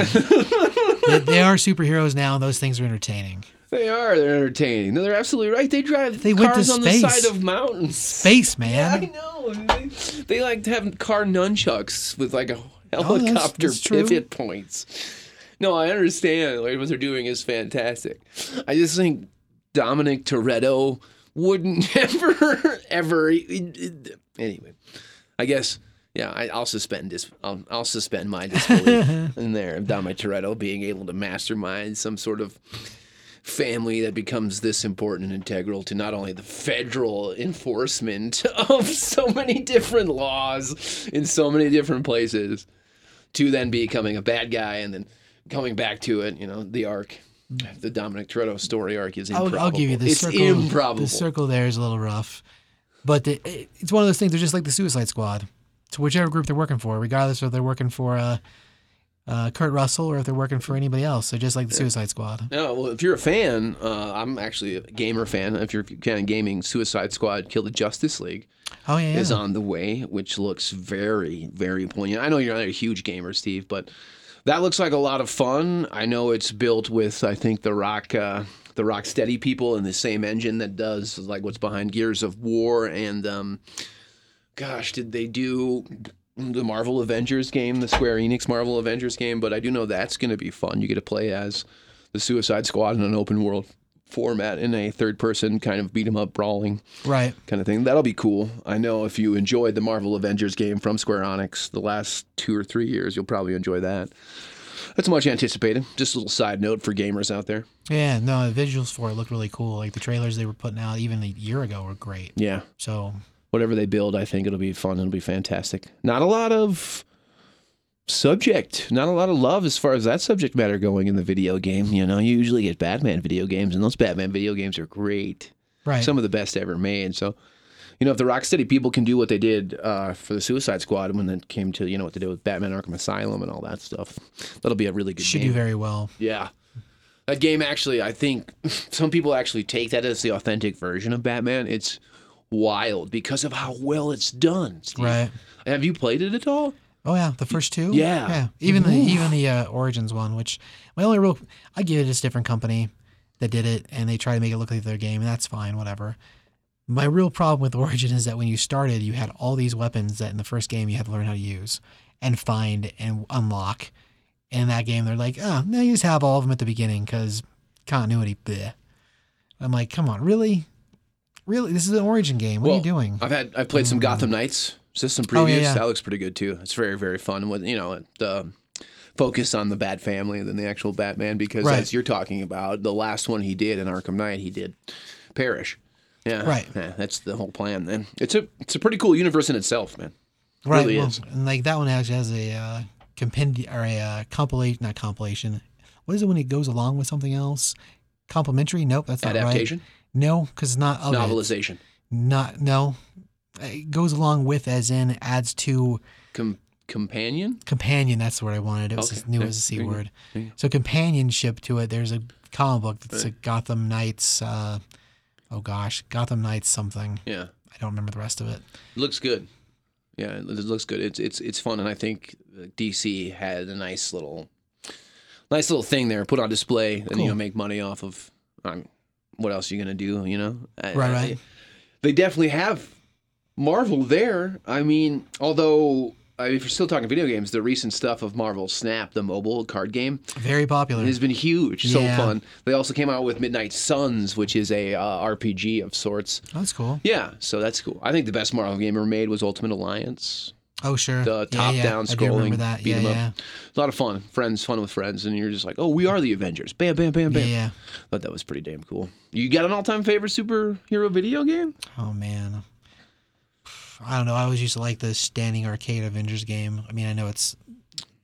Speaker 4: they, they are superheroes now, and those things are entertaining.
Speaker 10: They are. They're entertaining. No, they're absolutely right. They drive
Speaker 4: They went to
Speaker 10: cars on
Speaker 4: space.
Speaker 10: the side of mountains.
Speaker 4: Space,
Speaker 10: I
Speaker 4: man.
Speaker 10: know. They, they like to have car nunchucks with like a
Speaker 4: Oh, that's-
Speaker 10: helicopter
Speaker 4: that's true.
Speaker 10: pivot points. No, I understand. Like what they're doing is fantastic. I just think Dominic Toretto wouldn't ever, ever. e, Anyway, I guess. Yeah, I, I'll suspend dis. I'll, I'll suspend my disbelief in there. of Dominic Toretto being able to mastermind some sort of family that becomes this important and integral to not only the federal enforcement of so many different laws in so many different places to then becoming a bad guy and then coming back to it, you know, the arc. The Dominic Toretto story arc is
Speaker 4: Mm. I'll,
Speaker 10: improbable.
Speaker 4: I'll give you the
Speaker 10: it's
Speaker 4: circle.
Speaker 10: improbable.
Speaker 4: The circle there is a little rough, but the, it, it's one of those things. They're just like the Suicide Squad, to whichever group they're working for, regardless if they're working for uh, uh, Kurt Russell or if they're working for anybody else. They're just like the Suicide Squad.
Speaker 10: No, well, if you're a fan, uh, I'm actually a gamer fan. If you're kind of gaming, Suicide Squad, Kill the Justice League
Speaker 4: Oh yeah,
Speaker 10: is
Speaker 4: yeah.
Speaker 10: on the way, which looks very, very poignant. I know you're not a huge gamer, Steve, but that looks like a lot of fun. I know it's built with, I think, the Rock, uh, the Rock Steady people, and the same engine that does like what's behind Gears of War and, um, gosh, did they do? The Marvel Avengers game, the Square Enix Marvel Avengers game, but I do know that's going to be fun. You get to play as the Suicide Squad in an open world format in a third person kind of beat 'em up brawling
Speaker 4: right.
Speaker 10: kind of thing. That'll be cool. I know if you enjoyed the Marvel Avengers game from Square Enix the last two or three years, you'll probably enjoy that. That's much anticipated. Just a little side note for gamers out there.
Speaker 4: Yeah, no, the visuals for it look really cool. Like the trailers they were putting out even a year ago were great.
Speaker 10: Yeah.
Speaker 4: So
Speaker 10: Whatever they build, I think it'll be fun. It'll be fantastic. Not a lot of subject, not a lot of love as far as that subject matter going in the video game. You know, you usually get Batman video games, and those Batman video games are great.
Speaker 4: right,
Speaker 10: some of the best ever made. So, you know, if the Rocksteady people can do what they did uh, for the Suicide Squad when it came to you know what they did with Batman Arkham Asylum and all that stuff, that'll be a really good
Speaker 4: should
Speaker 10: game.
Speaker 4: do very well.
Speaker 10: yeah. That game actually, I think some people actually take that as the authentic version of Batman. It's wild because of how well it's done. Steve.
Speaker 4: Right.
Speaker 10: Have you played it at all?
Speaker 4: Oh yeah, the first two.
Speaker 10: Yeah.
Speaker 4: yeah. Even the even the uh, Origins one, which my only real, I give it to this different company that did it, and they try to make it look like their game, and that's fine, whatever. My real problem with Origin is that when you started, you had all these weapons that in the first game you had to learn how to use and find and unlock. And in that game, they're like, oh, no, you just have all of them at the beginning because continuity. Bleh. I'm like, come on, really, really? This is an Origin game. What are
Speaker 10: Well,
Speaker 4: you doing?
Speaker 10: I've had I've played some Gotham Knights system previews.
Speaker 4: Oh, yeah, yeah.
Speaker 10: That looks pretty good too. It's very very fun. With you know the focus on the Bat family than the actual Batman because
Speaker 4: Right.
Speaker 10: as you're talking about the last one he did in Arkham Knight he did perish. Yeah,
Speaker 4: Right.
Speaker 10: Yeah, that's the whole plan. Then it's a it's a pretty cool universe in itself, man.
Speaker 4: right,
Speaker 10: really
Speaker 4: well,
Speaker 10: is.
Speaker 4: And like that one actually has a uh, compendium or a uh, compilation, not compilation. What is it when it goes along with something else? Complementary? Nope, that's not
Speaker 10: Adaptation,
Speaker 4: right. No, because not of it.
Speaker 10: novelization,
Speaker 4: Not no. It goes along with, as in adds to
Speaker 10: Com- companion.
Speaker 4: companion. That's the word I wanted. It was
Speaker 10: Okay,
Speaker 4: just new
Speaker 10: there-
Speaker 4: as a c
Speaker 10: there you go,
Speaker 4: word. So companionship to it. There's a comic book that's a Gotham Knights. Uh, oh gosh, Gotham Knights something.
Speaker 10: Yeah,
Speaker 4: I don't remember the rest of it.
Speaker 10: looks good. Yeah, it it looks good. It's it's it's fun, and I think uh, DC had a nice little, nice little thing there, put on display, and you know, make money off of. Um, what else are you gonna do? You know, I-
Speaker 4: Right,
Speaker 10: I-
Speaker 4: right.
Speaker 10: They definitely have Marvel there. I mean, although I mean, if you're still talking video games, the recent stuff of Marvel Snap, the mobile card game,
Speaker 4: Very popular.
Speaker 10: has been huge.
Speaker 4: Yeah.
Speaker 10: So fun. They also came out with Midnight Suns, which is a uh, RPG of sorts.
Speaker 4: That's cool.
Speaker 10: Yeah, so that's cool. I think the best Marvel game ever made was Ultimate Alliance.
Speaker 4: Oh sure.
Speaker 10: The
Speaker 4: Yeah,
Speaker 10: top
Speaker 4: yeah.
Speaker 10: down
Speaker 4: I do remember
Speaker 10: scrolling
Speaker 4: that.
Speaker 10: beat
Speaker 4: yeah,
Speaker 10: 'em up.
Speaker 4: yeah.
Speaker 10: A lot of fun. Friends, fun with friends, and you're just like, oh, we are the Avengers. Bam, bam, bam, bam.
Speaker 4: Yeah.
Speaker 10: Thought that was pretty damn cool. You got an all time favorite superhero video game?
Speaker 4: Oh man. I don't know. I always used to like the standing arcade Avengers game. I mean, I know it's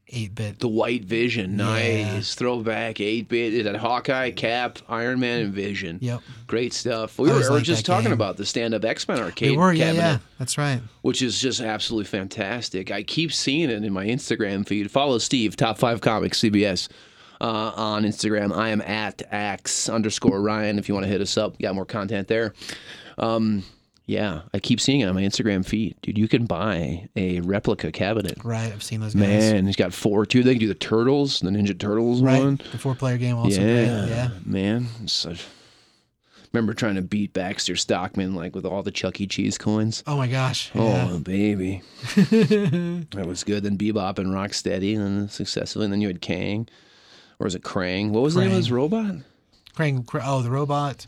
Speaker 4: eight bit.
Speaker 10: The White Vision.
Speaker 4: Yeah.
Speaker 10: Nice. Throwback, 8 bit. It had Hawkeye, Cap, Iron Man, and Vision.
Speaker 4: Yep.
Speaker 10: Great stuff. We
Speaker 4: I
Speaker 10: were,
Speaker 4: always
Speaker 10: we were
Speaker 4: liked
Speaker 10: just
Speaker 4: that
Speaker 10: talking
Speaker 4: game.
Speaker 10: about the stand up X Men arcade.
Speaker 4: They were, yeah,
Speaker 10: cabinet.
Speaker 4: yeah. That's right.
Speaker 10: which is just absolutely fantastic. I keep seeing it in my Instagram feed. Follow Steve, Top Five Comics, CBS, uh, on Instagram. I am at ax underscore Ryan if you want to hit us up. Got more content there. Um, yeah, I keep seeing it on my Instagram feed. Dude, you can buy a replica cabinet.
Speaker 4: Right. I've seen those guys.
Speaker 10: Man, he's got four too. They can do the Turtles, the Ninja Turtles
Speaker 4: Right.
Speaker 10: one.
Speaker 4: The four player game also.
Speaker 10: Yeah,
Speaker 4: Great. Yeah.
Speaker 10: man. So, remember trying to beat Baxter Stockman like with all the Chuck E. Cheese coins.
Speaker 4: Oh my gosh.
Speaker 10: Oh,
Speaker 4: Yeah.
Speaker 10: baby. that was good. Then Bebop and Rocksteady, and then successively. And then you had Kang. Or was it Krang? What was the name of
Speaker 4: Krang.
Speaker 10: his robot?
Speaker 4: Krang. Kr- Oh, the robot.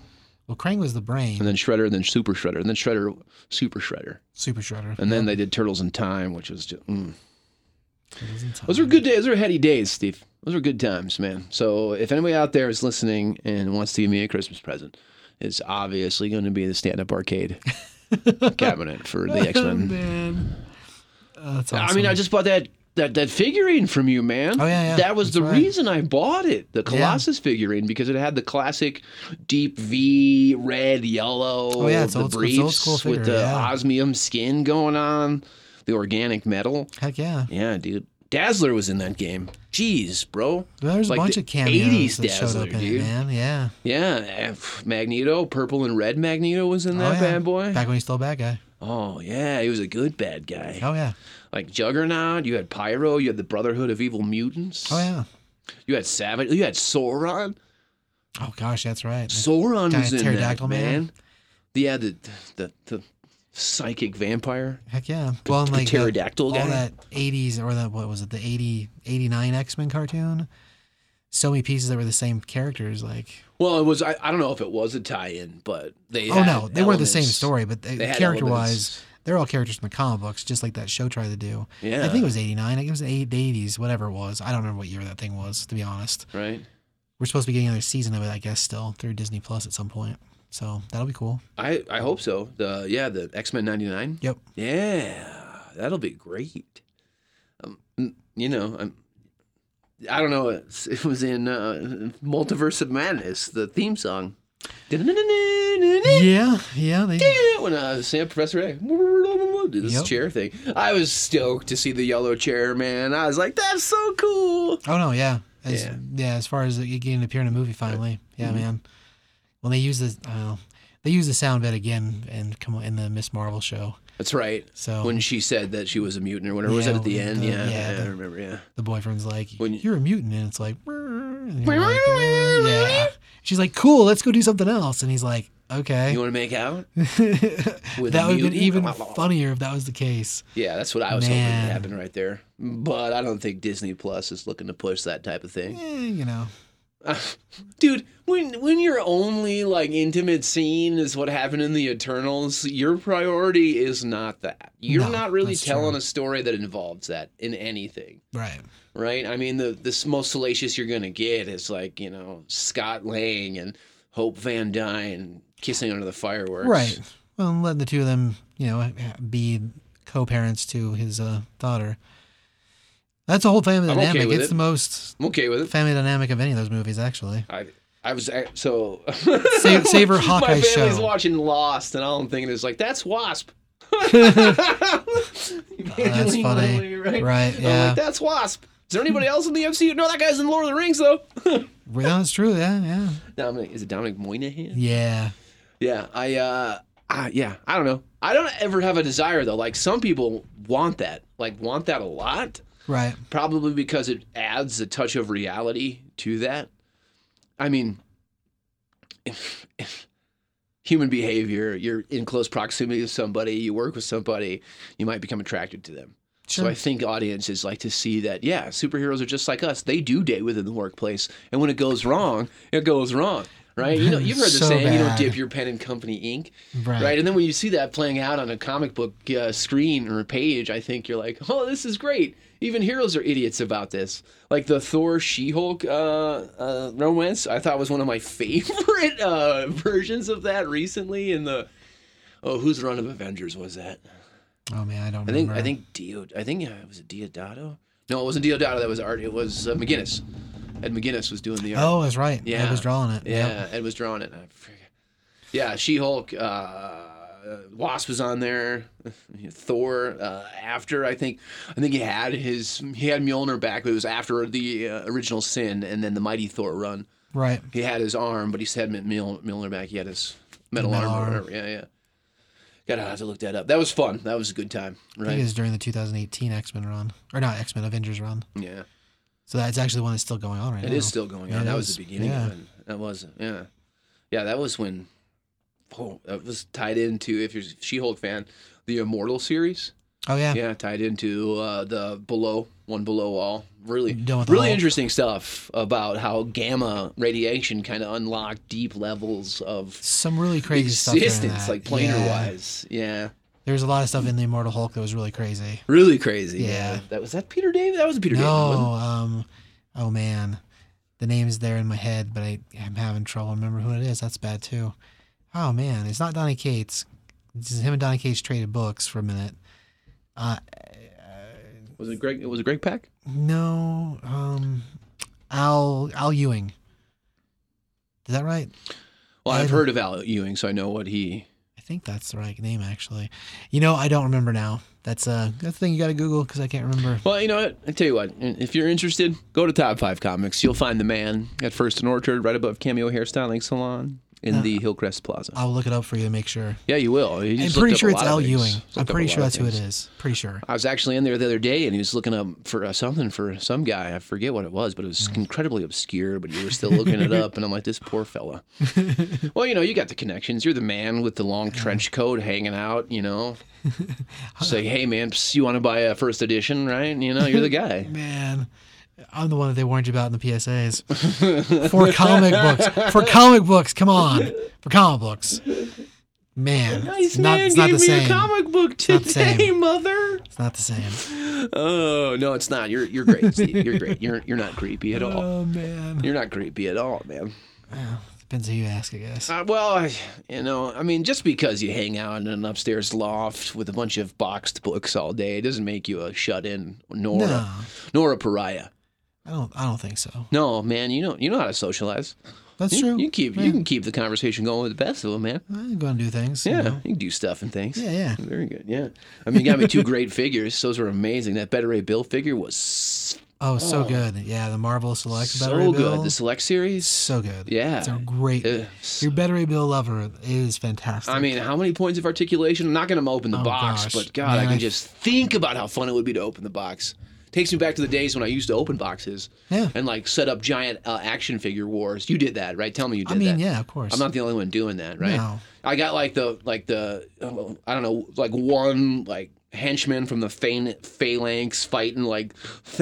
Speaker 4: Well, Krang was the brain.
Speaker 10: And then Shredder, and then Super Shredder, and then Shredder, Super Shredder.
Speaker 4: Super Shredder.
Speaker 10: And then they did Turtles in Time, which was just, mm, Those were good days. Those were heady days, Steve. Those were good times, man. So if anybody out there is listening and wants to give me a Christmas present, it's obviously going to be the stand-up arcade cabinet for the X-Men.
Speaker 4: Man. Oh, that's
Speaker 10: I
Speaker 4: awesome.
Speaker 10: mean, I just bought that that that figurine from you, man.
Speaker 4: Oh, yeah, yeah.
Speaker 10: That was
Speaker 4: That's
Speaker 10: the
Speaker 4: right.
Speaker 10: reason I bought it, the Colossus figurine, because it had the classic deep V, red, yellow,
Speaker 4: Oh, yeah, it's
Speaker 10: the
Speaker 4: old school-
Speaker 10: briefs
Speaker 4: it's old school
Speaker 10: with the
Speaker 4: figure, yeah.
Speaker 10: osmium skin going on, the organic metal.
Speaker 4: Heck yeah.
Speaker 10: Yeah, dude. Dazzler was in that game. Jeez, bro.
Speaker 4: There's
Speaker 10: Like
Speaker 4: a bunch
Speaker 10: the
Speaker 4: of
Speaker 10: 80s
Speaker 4: cameos that showed up
Speaker 10: Dazzler,
Speaker 4: in
Speaker 10: dude.
Speaker 4: it, man. Yeah.
Speaker 10: Yeah, eh, pff, Magneto, purple and red Magneto was in
Speaker 4: Oh,
Speaker 10: that
Speaker 4: yeah.
Speaker 10: bad boy.
Speaker 4: Back when he's still a bad guy.
Speaker 10: Oh yeah, he was a good bad guy.
Speaker 4: Oh yeah.
Speaker 10: Like Juggernaut, you had Pyro, you had the Brotherhood of Evil Mutants.
Speaker 4: Oh yeah.
Speaker 10: You had Savage, you had Sauron.
Speaker 4: Oh gosh, that's right.
Speaker 10: Sauron
Speaker 4: Giant
Speaker 10: was in that
Speaker 4: pterodactyl
Speaker 10: man.
Speaker 4: man.
Speaker 10: Yeah, the the, the psychic vampire.
Speaker 4: Heck yeah. Well, and
Speaker 10: the
Speaker 4: like the-
Speaker 10: pterodactyl
Speaker 4: all
Speaker 10: guy.
Speaker 4: that 80s or that what was it? The 80 89 X-Men cartoon. So many pieces that were the same characters like
Speaker 10: Well, it was I, I don't know if it was a tie-in, but they
Speaker 4: Oh
Speaker 10: had
Speaker 4: no, they weren't the same
Speaker 10: elements.
Speaker 4: story, but they,
Speaker 10: They had
Speaker 4: character-wise
Speaker 10: elements.
Speaker 4: they're all characters from the comic books, just like that show tried to do. I
Speaker 10: Yeah.
Speaker 4: think it was 89. I think it was the 80s, whatever it was. I don't remember what year that thing was, to be honest.
Speaker 10: right?
Speaker 4: We're supposed to be getting another season of it, I guess, still through Disney Plus at some point. So that'll be cool.
Speaker 10: I I hope so. The yeah, the X-Men 99.
Speaker 4: Yep.
Speaker 10: Yeah, that'll be great. Um, you know, I'm, I don't know. It's, it was in uh, Multiverse of Madness, the theme song. That
Speaker 4: Yeah, yeah. They,
Speaker 10: When uh, Sam Professor A did this
Speaker 4: Yep.
Speaker 10: chair thing, I was stoked to see the yellow chair, man. I was like, "That's so cool!"
Speaker 4: Oh no, yeah, as, yeah,
Speaker 10: Yeah. Mm-hmm.
Speaker 4: As far as it getting to appear in a movie finally, yeah, man. When they use the, uh, they use the sound bit again and come on in the Miss Marvel show.
Speaker 10: That's right.
Speaker 4: So-
Speaker 10: when she said that she was a mutant or whatever, was
Speaker 4: Yeah,
Speaker 10: that at the
Speaker 4: the-
Speaker 10: end? yeah,
Speaker 4: yeah,
Speaker 10: yeah, I
Speaker 4: the-
Speaker 10: remember. Yeah,
Speaker 4: The boyfriend's like,
Speaker 10: When you-
Speaker 4: "You're a mutant," and it's like, and you're like, "Yeah." She's like, "Cool, let's go do something else," and he's like, "Okay."
Speaker 10: you want to make out? with
Speaker 4: that
Speaker 10: a
Speaker 4: would have been
Speaker 10: mutant?
Speaker 4: even funnier if that was the case.
Speaker 10: Yeah, that's what I was hoping
Speaker 4: Man.
Speaker 10: would happen right there. But I don't think Disney Plus is looking to push that type of thing.
Speaker 4: Eh, you know,
Speaker 10: Dude, when when your only like intimate scene is what happened in the Eternals, your priority is not that. You're
Speaker 4: No,
Speaker 10: not really
Speaker 4: that's
Speaker 10: telling
Speaker 4: true.
Speaker 10: a story that involves that in anything,
Speaker 4: right?
Speaker 10: right? I mean, the the most salacious you're gonna get is like you know Scott Lang and Hope Van Dyne kissing under the fireworks,
Speaker 4: Right. Well, and letting the two of them, you know, be co-parents to his uh, daughter. That's a whole family
Speaker 10: I'm okay
Speaker 4: dynamic.
Speaker 10: with
Speaker 4: it's
Speaker 10: it.
Speaker 4: the most
Speaker 10: I'm okay with it.
Speaker 4: family dynamic of any of those movies, actually.
Speaker 10: I I was I- so
Speaker 4: Save, save her
Speaker 10: my
Speaker 4: Hawkeye
Speaker 10: family's
Speaker 4: show.
Speaker 10: watching Lost, and all I'm thinking is like, that's Wasp.
Speaker 4: Oh, that's
Speaker 10: Evangeline
Speaker 4: funny.
Speaker 10: Lilly, right?
Speaker 4: Right,
Speaker 10: I'm
Speaker 4: yeah.
Speaker 10: like, that's Wasp. Is there anybody else in the MCU? No, that guy's in Lord of the Rings, though.
Speaker 4: Well, that's true. Yeah, yeah,
Speaker 10: Dominic, is it Dominic Moynihan?
Speaker 4: yeah.
Speaker 10: Yeah, I, uh, I, yeah, I don't know. I don't ever have a desire though. Like some people want that, like want that a lot.
Speaker 4: Right.
Speaker 10: probably because it adds a touch of reality to that. I mean, if, if human behavior, you're in close proximity to somebody, you work with somebody, you might become attracted to them. So
Speaker 4: Sure.
Speaker 10: I think audiences like to see that, yeah, superheroes are just like us. They do date within the workplace, and when it goes wrong, it goes wrong. Right? You know, you've heard the
Speaker 4: So
Speaker 10: saying, you don't
Speaker 4: bad.
Speaker 10: dip your pen in company ink
Speaker 4: Right.
Speaker 10: right? And then when you see that playing out on a comic book uh, screen or page, I think you're like, oh, this is great. Even heroes are idiots about this. Like the Thor She Hulk uh, uh, romance, I thought was one of my favorite uh, versions of that recently. In the oh, whose run of Avengers was that?
Speaker 4: Oh man, I don't
Speaker 10: I think
Speaker 4: remember.
Speaker 10: I think Dio. I think uh, was it Diodato? No, it wasn't Diodato. That was art. It was uh, McGinnis. Ed McGinnis was doing the art.
Speaker 4: Oh, that's right.
Speaker 10: Yeah.
Speaker 4: I was drawing it.
Speaker 10: Yeah,
Speaker 4: Yep.
Speaker 10: Ed was drawing it. I forget. Yeah, She Hulk, uh, Wasp was on there. Thor. Uh, after I think, I think he had his he had Mjolnir back, but it was after the uh, original Sin and then the Mighty Thor run.
Speaker 4: Right.
Speaker 10: He had his arm, but he said Mjol- Mjolnir back. He had his metal,
Speaker 4: Metal
Speaker 10: arm,
Speaker 4: arm.
Speaker 10: or whatever. Yeah, yeah. Gotta have to look that up. That was fun. That was a good time,
Speaker 4: I think it
Speaker 10: right?
Speaker 4: was during the 2018 X Men run, or not X Men Avengers run.
Speaker 10: Yeah,
Speaker 4: So that's actually the one that's still going on right
Speaker 10: it
Speaker 4: now.
Speaker 10: is still going
Speaker 4: Yeah,
Speaker 10: on.
Speaker 4: it
Speaker 10: That was
Speaker 4: is.
Speaker 10: the beginning.
Speaker 4: Yeah.
Speaker 10: Of it. That was yeah, yeah. That was when. Oh, that was tied into if you're a She-Hulk fan, the Immortal series.
Speaker 4: Oh yeah.
Speaker 10: Yeah, tied into uh, the below one below all. Really,
Speaker 4: Done with the
Speaker 10: really
Speaker 4: Hulk.
Speaker 10: interesting stuff about how gamma radiation kind of unlocked deep levels of
Speaker 4: Some really crazy stuff. during
Speaker 10: existence,
Speaker 4: that.
Speaker 10: like planar
Speaker 4: Yeah.
Speaker 10: wise. Yeah,
Speaker 4: There's a lot of stuff in the Immortal Hulk that was really crazy.
Speaker 10: Really crazy.
Speaker 4: Yeah.
Speaker 10: That was that Peter David. That was Peter David.
Speaker 4: no,
Speaker 10: wasn't
Speaker 4: um, oh man, the name is there in my head, but I am having trouble remembering who it is. That's bad too. Oh man, it's not Donny Cates. This is him and Donny Cates traded books for a minute.
Speaker 10: it? Was it Greg? Was it Greg Pack?
Speaker 4: No, um, Al Al Ewing. Is that right?
Speaker 10: Well,
Speaker 4: I
Speaker 10: I've
Speaker 4: don't-
Speaker 10: heard of Al Ewing, so I know what he.
Speaker 4: I think that's the right name actually. You know, I don't remember now. That's uh, that's the thing you got to Google because I can't remember.
Speaker 10: Well, you know what? I tell you what. If you're interested, go to Top Five Comics. You'll find the man at First and Orchard, right above Cameo Hairstyling Salon in the Hillcrest Plaza.
Speaker 4: Uh, I'll look it up for you to make sure.
Speaker 10: yeah, you will. He
Speaker 4: I'm
Speaker 10: just
Speaker 4: pretty
Speaker 10: looked up
Speaker 4: sure
Speaker 10: a
Speaker 4: it's
Speaker 10: lot of
Speaker 4: Al
Speaker 10: things.
Speaker 4: Ewing.
Speaker 10: Looked
Speaker 4: I'm
Speaker 10: up a
Speaker 4: pretty
Speaker 10: lot
Speaker 4: sure
Speaker 10: of
Speaker 4: that's who it
Speaker 10: things.
Speaker 4: is. Pretty sure.
Speaker 10: I was actually in there the other day, and he was looking up for uh, something for some guy. I forget what it was, but it was incredibly obscure. But you were still looking it up, and I'm like, this poor fella. well, you know, you got the connections. You're the man with the long trench coat hanging out. You know, say, hey man, psst, you want to buy a first edition, right? You know, you're the guy.
Speaker 4: Man, I'm the one that they warned you about in the PSAs. For comic books. For comic books. Come on. For comic books. Man, it's not, it's not the same.
Speaker 10: book
Speaker 4: not the same.
Speaker 10: mother.
Speaker 4: It's not the same.
Speaker 10: Oh no, it's not. You're you're great, Steve. You're great. You're you're not creepy at all.
Speaker 4: Oh man,
Speaker 10: You're not creepy at all, man.
Speaker 4: depends who you ask, I guess.
Speaker 10: Uh, well, I, you know, I mean, just because you hang out in an upstairs loft with a bunch of boxed books all day, it doesn't make you a shut-in nor
Speaker 4: No.
Speaker 10: a, nor a pariah.
Speaker 4: I don't. I don't think so.
Speaker 10: No, man, you know, you know how to socialize.
Speaker 4: That's
Speaker 10: You,
Speaker 4: true.
Speaker 10: you keep
Speaker 4: Yeah.
Speaker 10: you can keep the conversation going with the best of them, man.
Speaker 4: I go and do things. you
Speaker 10: Yeah,
Speaker 4: know.
Speaker 10: you can do stuff and things.
Speaker 4: Yeah, yeah.
Speaker 10: Very good. Yeah, I mean, you got me two great figures. Those were amazing. That Better Ray Bill figure was
Speaker 4: Oh, so good. Yeah, the Marvel Select
Speaker 10: so
Speaker 4: Battery
Speaker 10: good.
Speaker 4: Bill.
Speaker 10: The Select series.
Speaker 4: so good.
Speaker 10: Yeah.
Speaker 4: It's a great.
Speaker 10: Uh,
Speaker 4: Your Battery Bill lover is fantastic.
Speaker 10: I mean, how many points of articulation? I'm not going to open the
Speaker 4: Oh,
Speaker 10: box,
Speaker 4: gosh.
Speaker 10: but God, I
Speaker 4: Man,
Speaker 10: can
Speaker 4: I-
Speaker 10: just think about how fun it would be to open the box. Takes me back to the days when I used to open boxes
Speaker 4: Yeah.
Speaker 10: and like set up giant uh, action figure wars. You did that, right? Tell me you did
Speaker 4: I mean,
Speaker 10: that.
Speaker 4: yeah, of course.
Speaker 10: I'm not the only one doing that, right?
Speaker 4: No.
Speaker 10: I got like the like the oh, I don't know like one like henchman from the phan- phalanx fighting like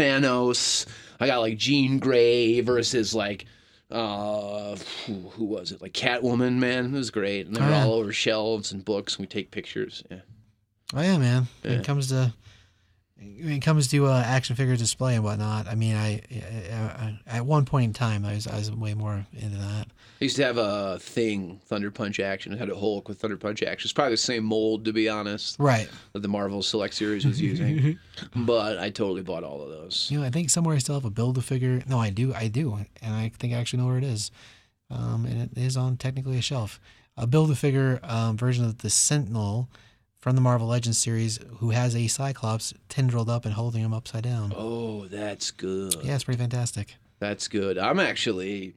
Speaker 10: Thanos. I got like Jean Grey versus like uh who, who was it like Catwoman man it was great and they were
Speaker 4: Oh, yeah.
Speaker 10: all over shelves and books and we take pictures yeah
Speaker 4: Oh yeah, man. When it comes to when it comes to uh, action figure display and whatnot, I mean, I, I, I at one point in time, I was I was way more into that.
Speaker 10: I used to have a thing Thunder Punch action I had a Hulk with Thunder Punch action it's probably the same mold to be honest
Speaker 4: Right.
Speaker 10: that the Marvel Select Series was using but I totally bought all of those
Speaker 4: You know, I think somewhere I still have a build a figure. No, I do, I do, and I think I actually know where it is. Um, and it is on technically a shelf. A build a figure um, version of the Sentinel from the Marvel Legends series, who has a Cyclops tendrilled up and holding him upside down.
Speaker 10: oh that's good
Speaker 4: Yeah, it's pretty fantastic.
Speaker 10: That's good. I'm actually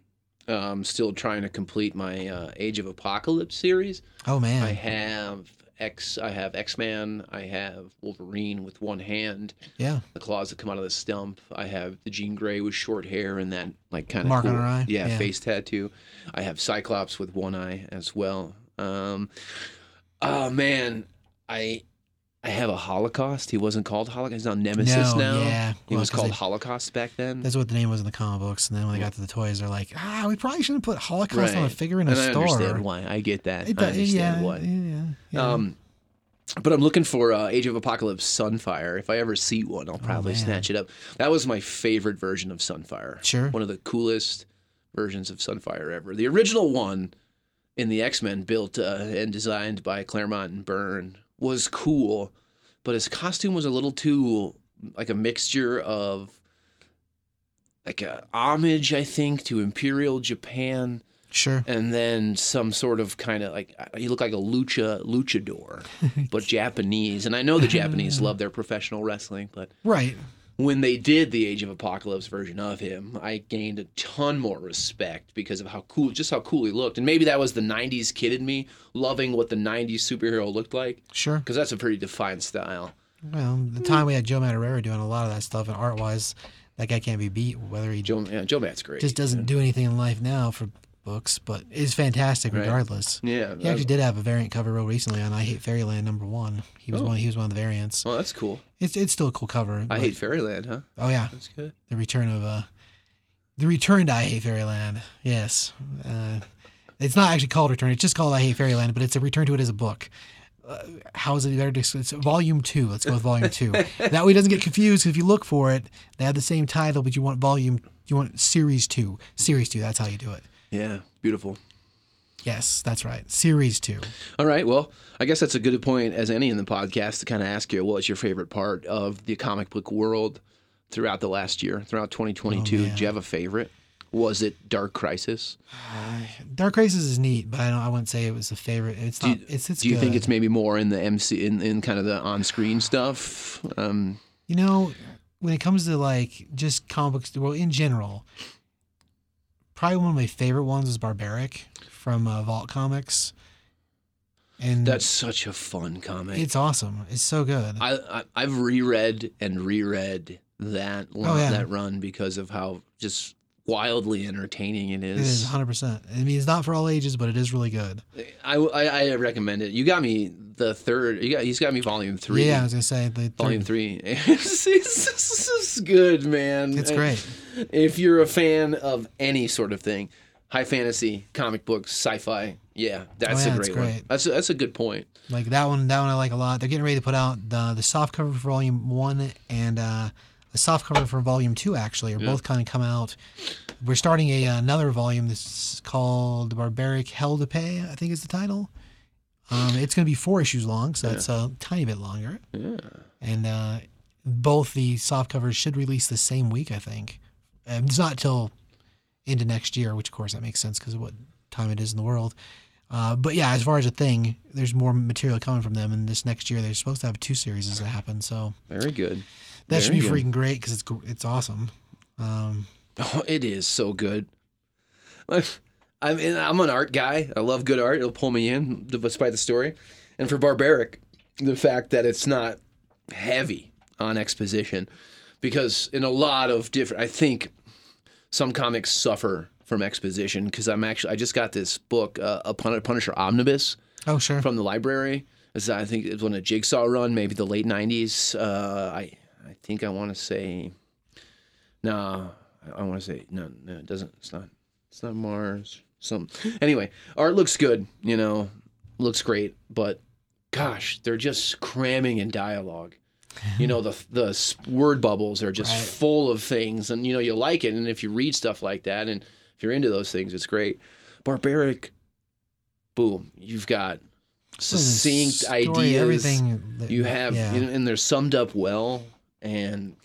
Speaker 10: um, still trying to complete my uh, Age of Apocalypse series.
Speaker 4: Oh man.
Speaker 10: I have X. I have X Man. I have Wolverine with one hand,
Speaker 4: yeah.
Speaker 10: the claws that come out of the stump. I have the Jean Grey with short hair and that like kind of
Speaker 4: Mark on
Speaker 10: cool,
Speaker 4: her eye?
Speaker 10: Yeah,
Speaker 4: Yeah.
Speaker 10: face tattoo. I have Cyclops with one eye as well. Um, oh man, I. I have a Holocaust. He wasn't called Holocaust. He's on Nemesis
Speaker 4: No,
Speaker 10: now.
Speaker 4: yeah.
Speaker 10: He
Speaker 4: Well,
Speaker 10: was
Speaker 4: 'cause
Speaker 10: called
Speaker 4: they-
Speaker 10: Holocaust back then.
Speaker 4: That's what the name was in the comic books, and then when they got to the toys, they're like, "Ah, we probably shouldn't put Holocaust on a figure in a
Speaker 10: and
Speaker 4: store."
Speaker 10: I understand why. I get that.
Speaker 4: It do-
Speaker 10: I understand
Speaker 4: yeah,
Speaker 10: why.
Speaker 4: Yeah, yeah.
Speaker 10: Um, but I'm looking for uh, Age of Apocalypse Sunfire. If I ever see one,
Speaker 4: Oh,
Speaker 10: I'll probably snatch it up. That was my favorite version of Sunfire.
Speaker 4: Sure.
Speaker 10: One of the coolest versions of Sunfire ever. The original one in the X Men, built uh, and designed by Claremont and Byrne, was cool, but his costume was a little too like a mixture of like a homage, I think, to Imperial Japan
Speaker 4: sure.
Speaker 10: and then some sort of kind of like you look like a lucha luchador, but Japanese. And I know the Japanese love their professional wrestling, but
Speaker 4: Right.
Speaker 10: when they did the Age of Apocalypse version of him, I gained a ton more respect because of how cool, just how cool he looked. And maybe that was the '90s kid in me loving what the '90s superhero looked like,
Speaker 4: Sure.
Speaker 10: because that's a pretty defined style.
Speaker 4: Well,
Speaker 10: Hmm.
Speaker 4: the time we had Joe Madureira doing a lot of that stuff, and art wise, that guy can't be beat. Whether he
Speaker 10: Joe, yeah, Joe Matt's great.
Speaker 4: just doesn't do anything in life now for books, but is fantastic regardless.
Speaker 10: yeah,
Speaker 4: He actually did have a variant cover real recently on "I Hate Fairyland" number one. He was one. He was one of the variants.
Speaker 10: Oh. well, that's cool.
Speaker 4: It's it's still a cool cover.
Speaker 10: I
Speaker 4: but-
Speaker 10: hate Fairyland, huh?
Speaker 4: Oh yeah.
Speaker 10: That's good.
Speaker 4: the return of uh the return to I Hate Fairyland. Yes. Uh, it's not actually called Return. It's just called I Hate Fairyland, but it's a return to it as a book. how is it better? to- It's volume two. Let's go with volume two. that way, it doesn't get confused. 'cause if you look for it, they have the same title, but you want volume, you want series two. Series two. That's how you do it.
Speaker 10: Yeah, beautiful.
Speaker 4: Yes, that's right. Series two.
Speaker 10: All right. Well, I guess that's a good point as any in the podcast to kind of ask you what is your favorite part of the comic book world throughout the last year, throughout 2022?
Speaker 4: Oh,
Speaker 10: Do you have a favorite? Was it Dark Crisis?
Speaker 4: Dark Crisis is neat, but I don't. I wouldn't say it was a favorite. It's not. it's it's.
Speaker 10: Do you think
Speaker 4: good.
Speaker 10: it's maybe more in the MC in, in kind of the on screen stuff? Um,
Speaker 4: You know, when it comes to like just comic books, well, in general, probably one of my favorite ones is Barbaric from uh, Vault Comics, and
Speaker 10: that's such a fun comic.
Speaker 4: Mm. it's awesome. It's so good.
Speaker 10: I, I I've reread and reread that line,
Speaker 4: Oh, yeah.
Speaker 10: that run because of how just wildly entertaining it
Speaker 4: it is
Speaker 10: is.
Speaker 4: 100. percent I mean, it's not for all ages, but it is really good.
Speaker 10: I, I I recommend it. You got me the third. You got he's got me volume three.
Speaker 4: Yeah, I was gonna say the third-
Speaker 10: Volume three. it's, it's- it's good, man.
Speaker 4: It's great.
Speaker 10: If you're a fan of any sort of thing, high fantasy, comic books, sci-fi, yeah, that's
Speaker 4: Oh, yeah,
Speaker 10: a
Speaker 4: it's
Speaker 10: great, one.
Speaker 4: great.
Speaker 10: That's a, that's a good point.
Speaker 4: Like that one, that one I like a lot. They're getting ready to put out the the soft cover for volume one and uh, a soft cover for volume two. Actually, are both kind of come out. We're starting a another volume that's called Barbaric Hell to Pay. I think is the title. Um, it's going to be four issues long, so it's a tiny bit longer. Yeah. And uh, both the soft covers should release the same week. I think. Um, it's not till into next year, which of course that makes sense because of what time it is in the world. Uh, but yeah, as far as a thing, there's more material coming from them, and this next year they're supposed to have two series that happen. So
Speaker 10: Very good.
Speaker 4: that should be
Speaker 10: Very
Speaker 4: freaking great because it's gr- it's awesome. Um,
Speaker 10: Oh, it is so good. Like, I mean, I'm an art guy. I love good art. It'll pull me in, despite the story. And for Barbaric, the fact that it's not heavy on exposition, because in a lot of different, I think some comics suffer from exposition. Because I'm actually, I just got this book, uh, a Pun- Punisher Omnibus,
Speaker 4: oh sure,
Speaker 10: from the library. This is, I think it was on a Jigsaw run, maybe the late '90s. Uh, I I think I want to say, no, I want to say no, no, it doesn't. It's not. It's not Mars. Something. Anyway, art looks good. You know, looks great. But gosh, they're just cramming in dialogue. You know, the the s- word bubbles are just full of things, and you know you like it. And if you read stuff like that, and if you're into those things, it's great. Barbaric. Boom! You've got
Speaker 4: Well, the
Speaker 10: succinct
Speaker 4: story,
Speaker 10: ideas.
Speaker 4: Everything that-
Speaker 10: you have,
Speaker 4: yeah.
Speaker 10: you know, and they're summed up well, and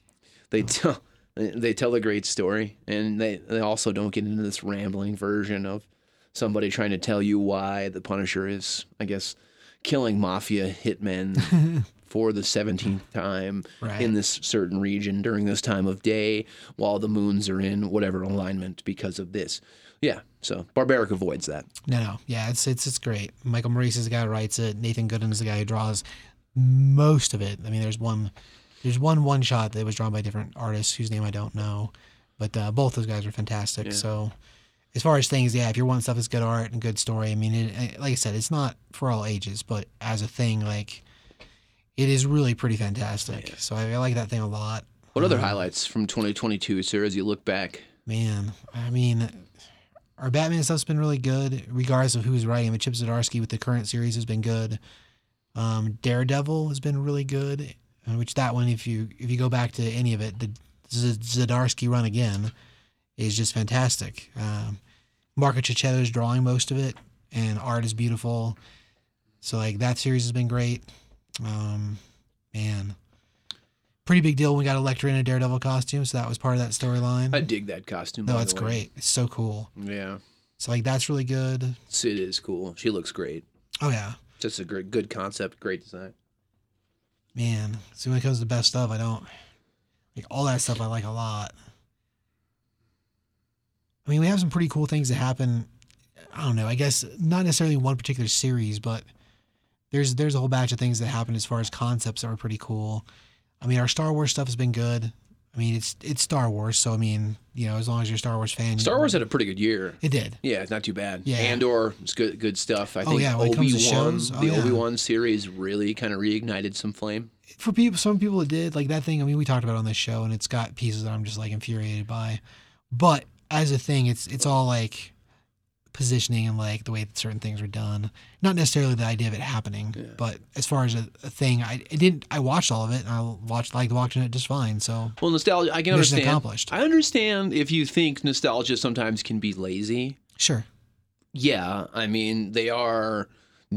Speaker 10: they tell they tell a great story, and they they also don't get into this rambling version of somebody trying to tell you why the Punisher is, I guess, killing mafia hitmen. For the seventeenth time
Speaker 4: Right.
Speaker 10: in this certain region during this time of day, while the moons are in whatever alignment because of this, yeah. So barbaric avoids that.
Speaker 4: no, no, yeah, it's it's it's great. Michael Maurice is the guy who writes it. Nathan Gooden is the guy who draws most of it. I mean, there's one there's one one shot that was drawn by different artists whose name I don't know, but uh, both those guys are fantastic. So as far as things, yeah, if you're wanting stuff that's good art and good story, I mean, it, I- like I said, it's not for all ages, but as a thing, like it is really pretty fantastic. So I, I like that thing a lot. Um,
Speaker 10: What
Speaker 4: Mm-hmm.
Speaker 10: other highlights from 2022, sir? As you look back,
Speaker 4: Man, I mean, our Batman stuff's been really good, regardless of who's writing. But Chip Zdarsky with the current series has been good. Um, Daredevil has been really good, uh, which that one, if you if you go back to any of it, the Z- Zdarsky run again is just fantastic. Um, Marco Cicchetto is drawing most of it, and art is beautiful. So like that series has been great. Um, man, pretty big deal. when We got Elektra in a Daredevil costume, so that was part of that storyline.
Speaker 10: I dig that costume. by
Speaker 4: No,
Speaker 10: the
Speaker 4: it's
Speaker 10: way.
Speaker 4: great. It's so cool.
Speaker 10: Yeah,
Speaker 4: So like that's really good.
Speaker 10: it's, it is cool. She looks great.
Speaker 4: Oh yeah,
Speaker 10: Just a great, good concept. Great design.
Speaker 4: man. See when it comes to best stuff, I don't like all that stuff. I like a lot. I mean, we have some pretty cool things that happen. I don't know. I guess not necessarily one particular series, but there's there's a whole batch of things that happen as far as concepts that are pretty cool. I mean, our Star Wars stuff has been good. I mean, it's it's Star Wars, so I mean, you know, as long as you're a Star Wars fan,
Speaker 10: Star Wars had a pretty good year.
Speaker 4: it did.
Speaker 10: Yeah, it's not too bad.
Speaker 4: Yeah.
Speaker 10: Andor, it's good, good stuff. I
Speaker 4: Oh,
Speaker 10: think
Speaker 4: yeah, when it
Speaker 10: Obi
Speaker 4: comes to
Speaker 10: Wan,
Speaker 4: shows, oh,
Speaker 10: the
Speaker 4: yeah.
Speaker 10: Obi Wan series really kind of reignited some flame.
Speaker 4: for people some people it did like that thing i mean we talked about it on this show and it's got pieces that i'm just like infuriated by but as a thing it's it's all like positioning and like the way that certain things were done. Not necessarily the idea of it happening, but as far as a, a thing, I it didn't. I watched all of it and I watched liked watching it just fine. So
Speaker 10: Well, nostalgia. I can
Speaker 4: Mission
Speaker 10: understand.
Speaker 4: accomplished.
Speaker 10: I understand if you think nostalgia sometimes can be lazy.
Speaker 4: sure,
Speaker 10: Yeah, I mean they are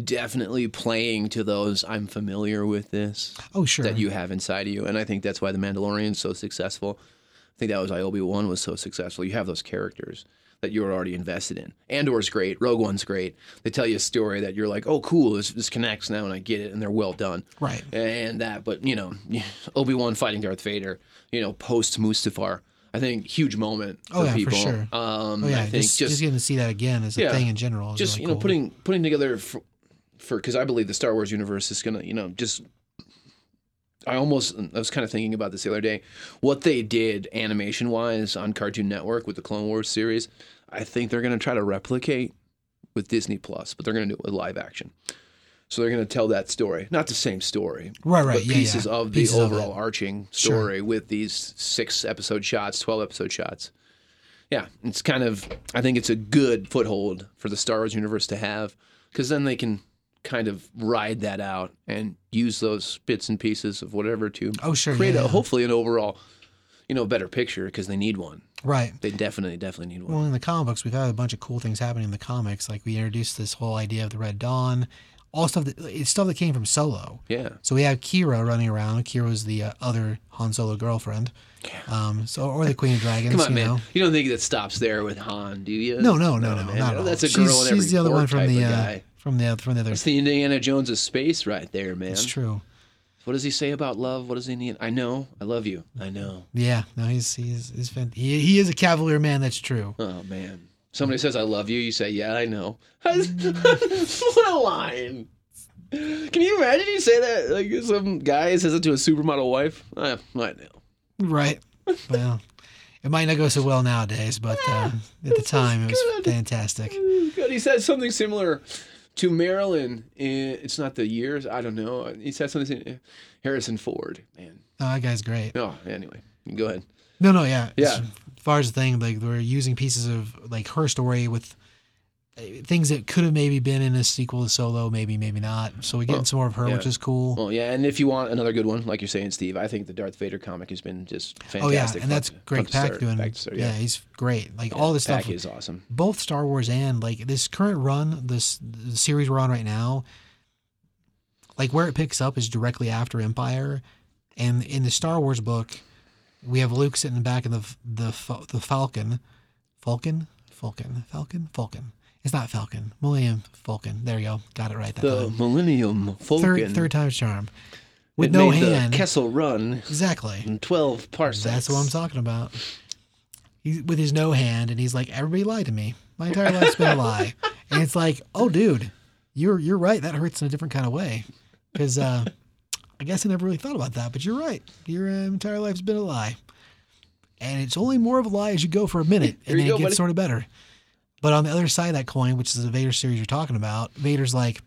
Speaker 10: definitely playing to those I'm familiar with this
Speaker 4: oh sure,
Speaker 10: that you have inside of you, and I think that's why the Mandalorian's so successful. I think that was why Obi Wan was so successful. You have those characters that you're already invested in. Andor's great, Rogue One's great. They tell you a story that you're like, oh, cool, this, this connects now, and I get it, and they're well done
Speaker 4: right.
Speaker 10: and that. But you know, Obi Wan fighting Darth Vader, you know, post Mustafar, I think huge moment for
Speaker 4: Oh, yeah, for
Speaker 10: people.
Speaker 4: sure.
Speaker 10: Um,
Speaker 4: Oh yeah,
Speaker 10: I think
Speaker 4: just,
Speaker 10: just
Speaker 4: just
Speaker 10: just,
Speaker 4: getting to see that again as a
Speaker 10: Yeah.
Speaker 4: thing in general. is really
Speaker 10: you know
Speaker 4: cool.
Speaker 10: putting putting together for because I believe the Star Wars universe is gonna you know just. I almost I was kind of thinking about this the other day. What they did animation wise on Cartoon Network with the Clone Wars series, I think they're going to try to replicate with Disney Plus, but they're going to do it with live action. So they're going to tell that story, not the same story,
Speaker 4: right, right,
Speaker 10: but
Speaker 4: yeah,
Speaker 10: pieces
Speaker 4: yeah.
Speaker 10: of the
Speaker 4: Pieces
Speaker 10: overall
Speaker 4: it.
Speaker 10: arching
Speaker 4: Sure.
Speaker 10: story with these six episode shots, 12 episode shots. Yeah, it's kind of, I think it's a good foothold for the Star Wars universe to have because then they can kind of ride that out and use those bits and pieces of whatever to
Speaker 4: Oh, sure,
Speaker 10: create
Speaker 4: yeah,
Speaker 10: a,
Speaker 4: yeah.
Speaker 10: hopefully an overall, you know, better picture because they need one.
Speaker 4: right.
Speaker 10: They definitely, definitely need one.
Speaker 4: Well, in the comic books, we've had a bunch of cool things happening in the comics. Like we introduced this whole idea of the Red Dawn, all stuff that it's stuff that came from Solo.
Speaker 10: yeah.
Speaker 4: So we have Kira running around. Kira's the uh, other Han Solo girlfriend. Um, so or the Queen of Dragons.
Speaker 10: Come on,
Speaker 4: you
Speaker 10: man.
Speaker 4: Know?
Speaker 10: You don't think that stops there with Han, do you? Oh,
Speaker 4: No, no, no, no,
Speaker 10: man.
Speaker 4: not at all.
Speaker 10: That's a girl
Speaker 4: she's,
Speaker 10: in every
Speaker 4: she's the other
Speaker 10: Thor
Speaker 4: one from
Speaker 10: type
Speaker 4: the
Speaker 10: of
Speaker 4: uh,
Speaker 10: guy.
Speaker 4: from the from the other.
Speaker 10: It's the Indiana Jones of space right there, man.
Speaker 4: It's true.
Speaker 10: What does he say about love? What does he need? I know. I love you. I know.
Speaker 4: Yeah. No, he's he's he's fan- he, he is a cavalier man. That's true.
Speaker 10: Oh, man. Somebody says, I love you. You say, yeah, I know. what a line. Can you imagine you say that? Like some guy says it to a supermodel wife? Uh, I know.
Speaker 4: Right. well, it might not go so well nowadays, but uh, at the time it was
Speaker 10: good.
Speaker 4: fantastic.
Speaker 10: God, he said something similar to Marilyn. In, it's not the years. I don't know. He said something. sim- Harrison Ford. Man.
Speaker 4: Oh, that guy's great.
Speaker 10: Oh, anyway. Go ahead.
Speaker 4: No, no, yeah,
Speaker 10: Yeah.
Speaker 4: As far as the thing, like we're using pieces of like her story with uh, things that could have maybe been in a sequel to Solo, maybe, maybe not. So we get some more of her,
Speaker 10: yeah.
Speaker 4: which is cool.
Speaker 10: Well, yeah, and if you want another good one, like you're saying, Steve, I think the Darth Vader comic has been just fantastic.
Speaker 4: oh yeah, and
Speaker 10: Front
Speaker 4: that's
Speaker 10: to-
Speaker 4: Greg
Speaker 10: front to
Speaker 4: Pack
Speaker 10: start,
Speaker 4: doing.
Speaker 10: back to start,
Speaker 4: yeah.
Speaker 10: yeah.
Speaker 4: he's great. Like all this
Speaker 10: Pack
Speaker 4: stuff,
Speaker 10: is awesome.
Speaker 4: both Star Wars and like this current run, this the series we're on right now, like where it picks up is directly after Empire, and in the Star Wars book, we have Luke sitting back in the the fa- the Falcon, Falcon, Falcon, Falcon, Falcon. It's not Falcon, Millennium Falcon. There you go, got it right that
Speaker 10: The
Speaker 4: time.
Speaker 10: Millennium Falcon.
Speaker 4: Third third time's charm.
Speaker 10: it
Speaker 4: With no
Speaker 10: made
Speaker 4: hand,
Speaker 10: The Kessel Run
Speaker 4: exactly.
Speaker 10: in 12 parsecs.
Speaker 4: That's what I'm talking about. He's with his no hand, and he's like, "Everybody lied to me. My entire life's been a lie." And it's like, "Oh, dude, you're you're right. That hurts in a different kind of way." Because uh, I guess I never really thought about that, but you're right. Your uh, entire life's been a lie, and it's only more of a lie as you go for a minute,
Speaker 10: Here you
Speaker 4: and then
Speaker 10: go,
Speaker 4: it gets
Speaker 10: buddy.
Speaker 4: sort of better. But on the other side of that coin, which is the Vader series you're talking about, Vader's like,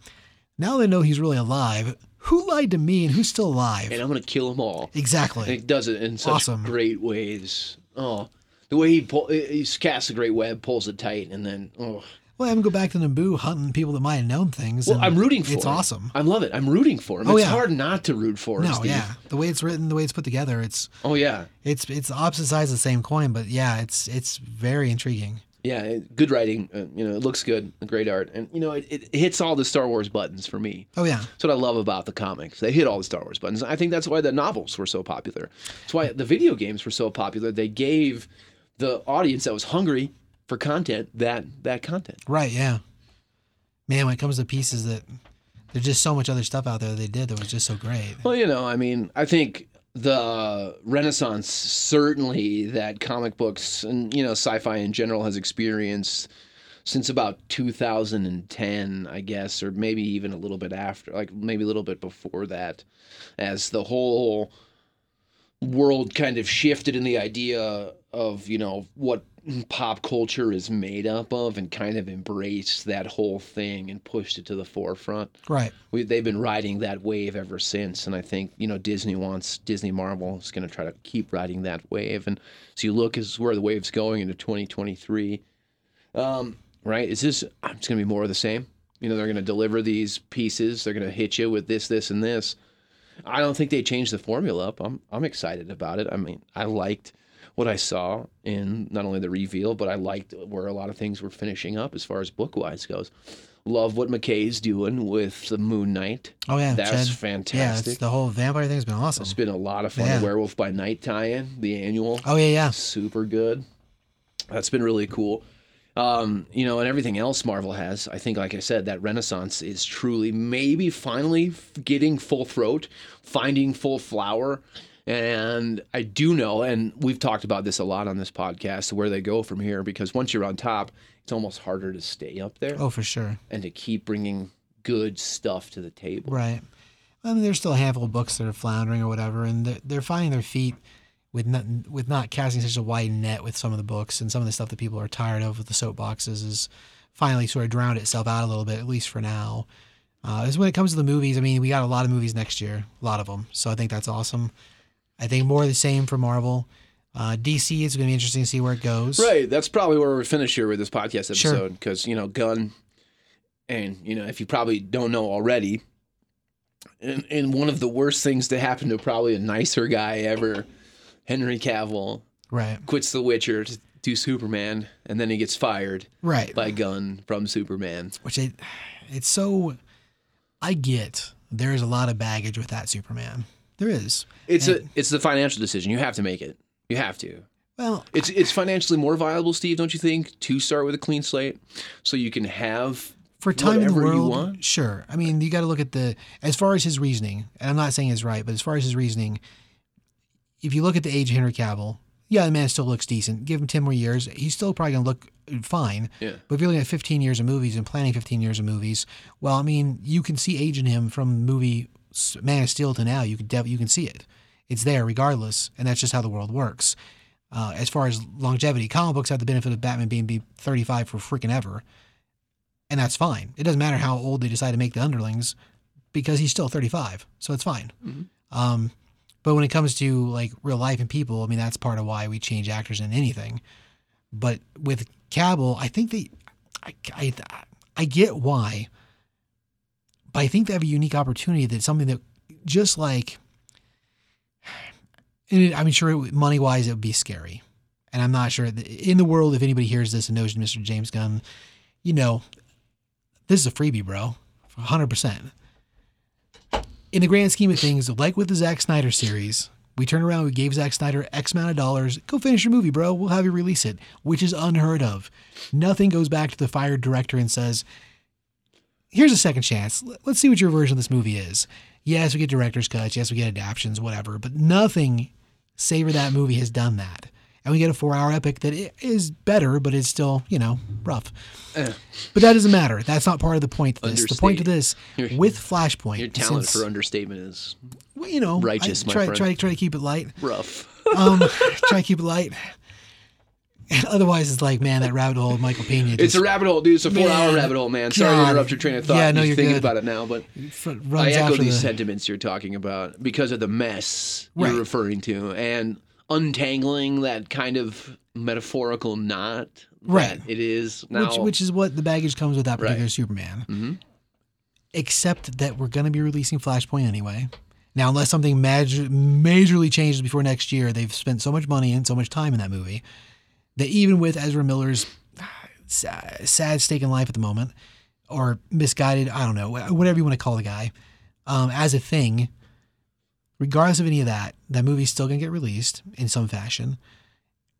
Speaker 4: "Now they know he's really alive. Who lied to me, and who's still alive?"
Speaker 10: And I'm going to kill them all. And
Speaker 4: exactly.
Speaker 10: it does it in such
Speaker 4: Awesome.
Speaker 10: great ways. Oh, the way he, pull, he casts a great web, pulls it tight, and then, oh.
Speaker 4: Well, I'm go back to Naboo hunting people that might have known things.
Speaker 10: Well,
Speaker 4: and
Speaker 10: I'm rooting for
Speaker 4: It's
Speaker 10: him.
Speaker 4: awesome.
Speaker 10: I love it. I'm rooting for him.
Speaker 4: Oh,
Speaker 10: it's
Speaker 4: yeah.
Speaker 10: hard not to root for him,
Speaker 4: No,
Speaker 10: Steve.
Speaker 4: yeah, the way it's written, the way it's put together, it's
Speaker 10: Oh, yeah.
Speaker 4: it's it's the opposite sides of the same coin. But yeah, it's it's very intriguing.
Speaker 10: Yeah, it- good writing. Uh, you know, it looks good. Great art, and you know, it, it hits all the Star Wars buttons for me.
Speaker 4: Oh yeah,
Speaker 10: That's what I love about the comics. They hit all the Star Wars buttons. I think that's why the novels were so popular. That's why the video games were so popular. They gave the audience that was hungry for content that that content.
Speaker 4: right, yeah. Man, when it comes to pieces that there's just so much other stuff out there that they did that was just so great.
Speaker 10: Well, you know, I mean, I think the Renaissance certainly that comic books and you know sci-fi in general has experienced since about 2010, I guess, or maybe even a little bit after, like maybe a little bit before that, as the whole world kind of shifted in the idea of you know what pop culture is made up of and kind of embraced that whole thing and pushed it to the forefront
Speaker 4: Right,
Speaker 10: we, they've been riding that wave ever since and i think you know disney wants disney marvel is going to try to keep riding that wave and so you look is where the wave's going into 2023 um, right? Is this I'm just gonna be more of the same? You know, they're gonna deliver these pieces. They're gonna hit you with this, this, and this. I don't think they changed the formula up. I'm I'm excited about it. I mean, I liked what I saw in not only the reveal, but I liked where a lot of things were finishing up as far as book wise goes. Love what McKay's doing with the Moon Knight.
Speaker 4: Oh yeah,
Speaker 10: That's
Speaker 4: Chad- Yeah,
Speaker 10: fantastic.
Speaker 4: it's, the whole vampire thing's been awesome.
Speaker 10: It's been a lot of fun.
Speaker 4: Yeah.
Speaker 10: Werewolf by Night tie-in, the annual
Speaker 4: oh yeah, yeah.
Speaker 10: super good. That's been really cool. Um, you know, and everything else Marvel has, I think, like I said, that renaissance is truly maybe finally f- getting full throat, finding full flower. And I do know, and we've talked about this a lot on this podcast, where they go from here, because once you're on top, it's almost harder to stay up there
Speaker 4: Oh for sure.
Speaker 10: and to keep bringing good stuff to the table.
Speaker 4: Right. I mean, there's still a handful of books that are floundering or whatever, and they're, they're finding their feet with not with not casting such a wide net with some of the books and some of the stuff that people are tired of with the soapboxes is finally sort of drowned itself out a little bit, at least for now. Uh, as when it comes to the movies, I mean, we got a lot of movies next year, a lot of them. So I think that's awesome. I think more of the same for Marvel. Uh, DC, it's going to be interesting to see where it goes.
Speaker 10: Right. That's probably where we finish here with this podcast
Speaker 4: Sure.
Speaker 10: episode because, you know, Gunn, and, you know, if you probably don't know already, and, and one of the worst things to happen to probably a nicer guy ever, Henry Cavill
Speaker 4: Right.
Speaker 10: quits The Witcher to do Superman, and then he gets fired
Speaker 4: Right.
Speaker 10: by Gunn from Superman.
Speaker 4: which I, it's so I get there is a lot of baggage with that Superman. There is.
Speaker 10: It's a it's the financial decision. You have to make it. You have to.
Speaker 4: Well,
Speaker 10: It's it's financially more viable, Steve, don't you think, to start with a clean slate so you can have
Speaker 4: for time in the
Speaker 10: whatever
Speaker 4: world,
Speaker 10: you want.
Speaker 4: sure. I mean, you got to look at the as far as his reasoning, and I'm not saying it's right, but as far as his reasoning, if you look at the age of Henry Cavill, yeah, the man still looks decent. Give him ten more years, he's still probably gonna look fine.
Speaker 10: Yeah.
Speaker 4: But if you're looking at 15 years of movies and planning 15 years of movies, well, I mean, you can see age in him from movie S- Man of Steel to now. You can def- you can see it. It's there regardless, and that's just how the world works. Uh, as far as longevity, comic books have the benefit of Batman being be 35 for freaking ever, and that's fine. It doesn't matter how old they decide to make the underlings, because he's still 35, so it's fine. Um, but when it comes to like real life and people, I mean, that's part of why we change actors in anything. But with Cabell, I think they, I, I, I get why, but I think they have a unique opportunity that's something that just like, and it- I'm sure money wise, it would be scary. And I'm not sure that in the world, if anybody hears this and knows Mr. James Gunn, you know, this is a freebie, bro, 100% in the grand scheme of things, like with the Zack Snyder series, we turn around, we gave Zack Snyder X amount of dollars. Go finish your movie, bro. We'll have you release it, which is unheard of. Nothing goes back to the fired director and says, here's a second chance. L- Let's see what your version of this movie is. Yes, we get director's cuts. Yes, we get adaptions, whatever. But nothing savor that movie has done that. And we get a four hour epic that i- is better, but it's still, you know, rough. But that doesn't matter. That's not part of the point. Of this. The point of this, with Flashpoint,
Speaker 10: your talent
Speaker 4: since-
Speaker 10: for understatement is
Speaker 4: well, you know,
Speaker 10: Righteous,
Speaker 4: I
Speaker 10: my
Speaker 4: try,
Speaker 10: friend.
Speaker 4: try, try to keep it light.
Speaker 10: rough.
Speaker 4: Um, try to keep it light. Otherwise, it's like, man, that rabbit hole of Michael Pena.
Speaker 10: It's
Speaker 4: Just
Speaker 10: a rabbit hole, dude. It's a
Speaker 4: Yeah.
Speaker 10: four-hour rabbit hole, man. Sorry
Speaker 4: God.
Speaker 10: to interrupt your train of thought.
Speaker 4: Yeah, no,
Speaker 10: Just
Speaker 4: you're
Speaker 10: thinking
Speaker 4: good.
Speaker 10: about it now, but
Speaker 4: f- runs
Speaker 10: I echo
Speaker 4: after
Speaker 10: these
Speaker 4: the,
Speaker 10: sentiments you're talking about because of the mess
Speaker 4: Right.
Speaker 10: you're referring to and untangling that kind of metaphorical knot. that
Speaker 4: Right.
Speaker 10: It is now.
Speaker 4: which, which is what the baggage comes with that particular
Speaker 10: Right. Mm-hmm.
Speaker 4: Superman. Except that we're going to be releasing Flashpoint anyway. Now, unless something major, majorly changes before next year, they've spent so much money and so much time in that movie that even with Ezra Miller's sad, sad stake in life at the moment, or misguided, I don't know, wh- whatever you want to call the guy, um, as a thing, regardless of any of that, that movie's still going to get released in some fashion.